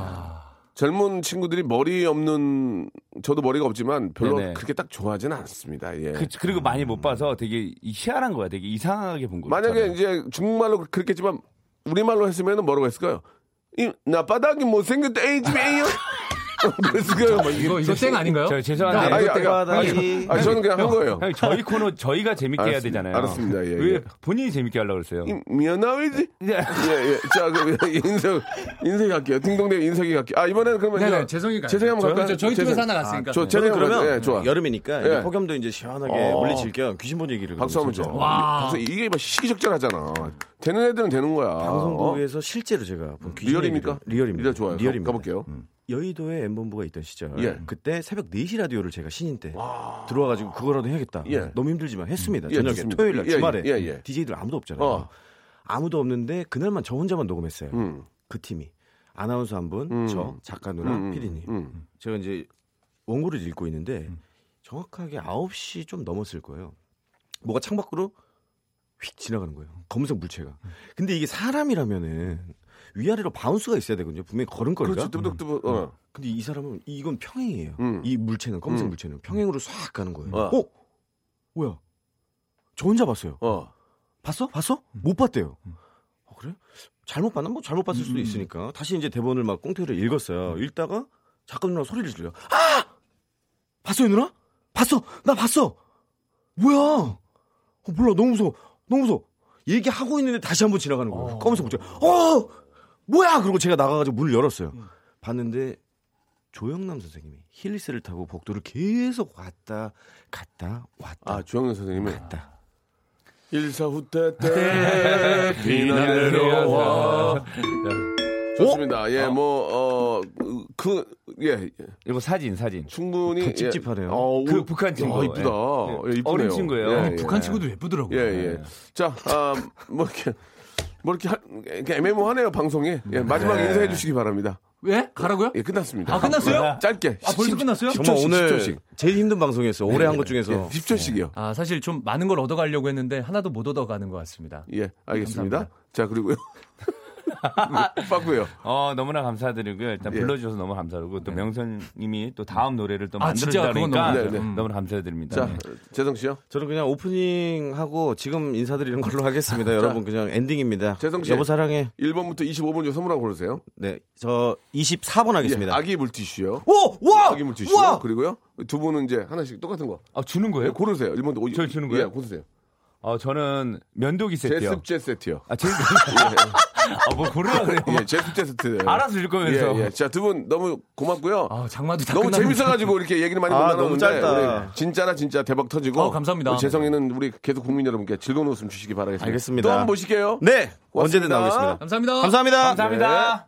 젊은 친구들이 머리 없는 저도 머리가 없지만 별로
네네.
그렇게 딱 좋아하지는 않습니다. 예.
그, 리고 많이 못 봐서 되게 이- 희한한 거야. 되게 이상하게 본 거야.
만약에 이제 중국말로 그렇겠지만 우리말로 했으면 뭐라고 했을까요? 이, 나 바닥이 못생겼다 에이 집에 에이요. [LAUGHS] 뭐 그랬을까요?
이거 이거 땡 아닌가요?
아니,
저
아니,
죄송한데
아니, 아니, 아니, 저는 그냥 한 거예요.
형, 저희 코너 저희가 재밌게 해야
알았습니다.
되잖아요.
알았습니다. 예,
왜
예.
본인이 재밌게 하려고 그랬어요?
미안하지?
네.
예, 예. 자, 그럼 인석, 인석이 갈게요. 딩동댕 인석이 갈게요. 아, 이번에는 그러면.
네네,
저-
재성이가 아니에요.
재성이 한번
저희-
갈까요?
저- 저희 팀에서
재성. 아,
하나 갔으니까.
저, 재성이
저는
한번
그러면
갈까요? 예, 좋아.
여름이니까
예.
이제 폭염도 이제 시원하게
어.
물리칠 겸 귀신 본 얘기를
박수 한번 줘.
그래서
와.
그래서 이게 막 시기적절하잖아. 되는 애들은 되는 거야. 어?
방송국에서 실제로 제가 본 귀신
리얼입니까?
얘기를- 리얼입니다.
리얼 좋아요. 가-
리얼입니다.
가볼게요.
여의도에 엠본부가 있던 시절
예.
그때 새벽 4시 라디오를 제가 신인 때 들어와가지고 그거라도 해야겠다
예.
너무 힘들지만 했습니다
예,
저녁에
좋습니다.
토요일날
예,
주말에
예, 예.
DJ들 아무도 없잖아요
어.
아무도 없는데 그날만 저 혼자만 녹음했어요
음.
그 팀이 아나운서 한 분 저 작가
음,
누나
음,
피 PD님
음.
제가 이제 원고를 읽고 있는데 정확하게 9시 좀 넘었을 거예요 뭐가 창밖으로 휙 지나가는 거예요. 검은색 물체가.
음.
근데 이게 사람이라면은 위아래로 바운스가 있어야 되거든요. 분명히 걸음걸이가.
그렇지, 뚜벅뚜벅. 어.
근데 이 사람은 이건 평행이에요.
음.
이 물체는 검은색
음.
물체는 평행으로 싹 가는 거예요.
어.
어. 뭐야? 저 혼자 봤어요.
어.
봤어? 봤어? 못 봤대요. 어, 그래? 잘못 봤나? 뭐 잘못 봤을 수도 있으니까 다시 이제 대본을 막 꽁태를 읽었어요. 읽다가 작가 누나 소리를 질러. 아! 봤어요, 누나? 봤어! 나 봤어! 뭐야! 어, 몰라, 너무 무서워. 너무 무서워. 얘기하고 있는데 다시 한번 지나가는 거예요. 검은색 옷자 어! 뭐야! 그러고 제가 나가가지고 문을 열었어요. 봤는데, 조영남 선생님이 힐리스를 타고 복도를 계속 왔다, 갔다, 왔다.
아, 주영민 선생님은
갔다.
일사 후퇴 때 비난을 내려와. 좋습니다. 예, 뭐, 어, 그, 예, 예.
이거 사진 사진.
충분히.
더 찝찝하네요.
예. 어,
그
오,
북한 친구.
야, 이쁘다.
예.
예, 이쁘네요.
어린 친구예요.
예,
아니,
예.
북한 친구도 예쁘더라고요.
예, 예. 자, 아, 뭐 이렇게. 뭐 이렇게, 할- 이렇게 애매모하네요 방송이 예, 마지막 에 인사해 주시기 바랍니다
왜? 가라고요?
예 끝났습니다
아, 끝났어요?
예, 짧게
아, 벌써 끝났어요?
정말
10초씩,
오늘
10초씩. 예,
제일 힘든
네,
방송이었어요. 올해 한 것 중에서.
10초씩이요
아, 사실 좀 많은 걸 얻어가려고 했는데 하나도 못 얻어가는 것 같습니다.
예 알겠습니다
감사합니다.
자 그리고요 빠꾸요
어 너무나 감사드리고요. 일단
예.
불러주셔서 너무 감사하고 또 명선님이 또 다음 노래를 또
아, 진짜 그건
만들어주니까
너무 좋죠.
너무, 너무나 감사드립니다.
자
네.
재성 씨요
저는 그냥 오프닝 하고
[LAUGHS]
지금 인사드리는 걸로 하겠습니다. 여러분 그냥 엔딩입니다.
재성 씨.
여보 사랑해.
1번부터 25번 중 선물 하고 그러세요
네, 저 24번
예,
하겠습니다.
아기 물티슈요
오, 와,
아기 물티슈
와.
그리고요 두 분은 이제 하나씩 똑같은 거
아 주는
예,
거예요?
고르세요 1번도 오,
저를 주는
예,
거예요?
고르세요
어 저는 면도기 세트요.
제습제 세트요
아 [LAUGHS] 제습. 아뭐 고르라 그래요.
예 제습제 세트
알아서 줄 거면서.
예, 예. 자두 분 너무 고맙고요
아, 장마도 다
너무
끝났는데.
재밌어가지고 이렇게 얘기를 많이 못
아,
나눴는데
너무 짧다.
우리 진짜라 진짜 대박 터지고
어, 감사합니다.
우리 재성이는 우리 계속 국민 여러분께 즐거운 웃음 주시기 바라겠습니다.
알겠습니다.
또한 번 보실게요.
네,
고맙습니다.
언제든 나오겠습니다.
감사합니다.
감사합니다.
예.
감사합니다.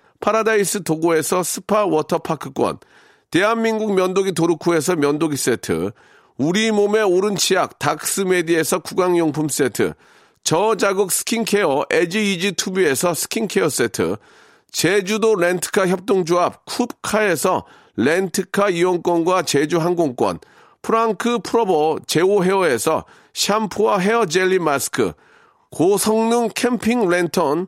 파라다이스 도고에서 스파 워터파크권, 대한민국 면도기 도르쿠에서 면도기 세트, 우리 몸의 오른 치약 닥스메디에서 구강용품 세트, 저자극 스킨케어 에지이지 투비에서 스킨케어 세트, 제주도 렌트카 협동조합 쿱카에서 렌트카 이용권과 제주 항공권, 프랑크 프로보 제오 헤어에서 샴푸와 헤어 젤리 마스크, 고성능 캠핑 랜턴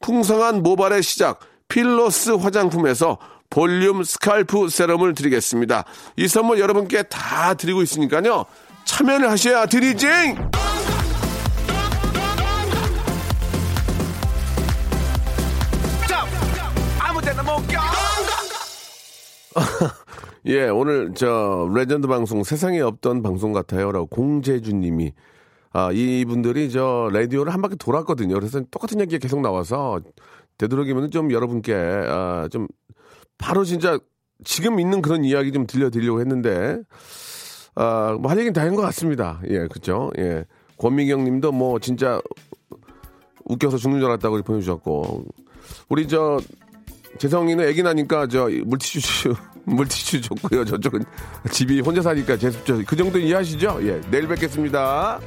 풍성한 모발의 시작 필로스 화장품에서 볼륨 스칼프 세럼을 드리겠습니다 이 선물 여러분께 다 드리고 있으니까요 참여를 하셔야 드리징 예, 오늘 저 레전드 방송 세상에 없던 방송 같아요라고 공재준 님이 아, 이분들이 저 라디오를 한 바퀴 돌았거든요. 그래서 똑같은 얘기가 계속 나와서 되도록이면 좀 여러분께 아, 좀 바로 진짜 지금 있는 그런 이야기 좀 들려드리려고 했는데 아, 뭐할 얘기는 다 한 것 같습니다. 예, 그렇죠. 예. 권민경 님도 뭐 진짜 웃겨서 죽는 줄 알았다고 보내 주셨고 우리 저 재성이는 애기 나니까 저 물티슈 [LAUGHS] 물티슈 줬고요. 저쪽은 집이 혼자 사니까 제습제 그 정도 이해하시죠? 예, 내일 뵙겠습니다.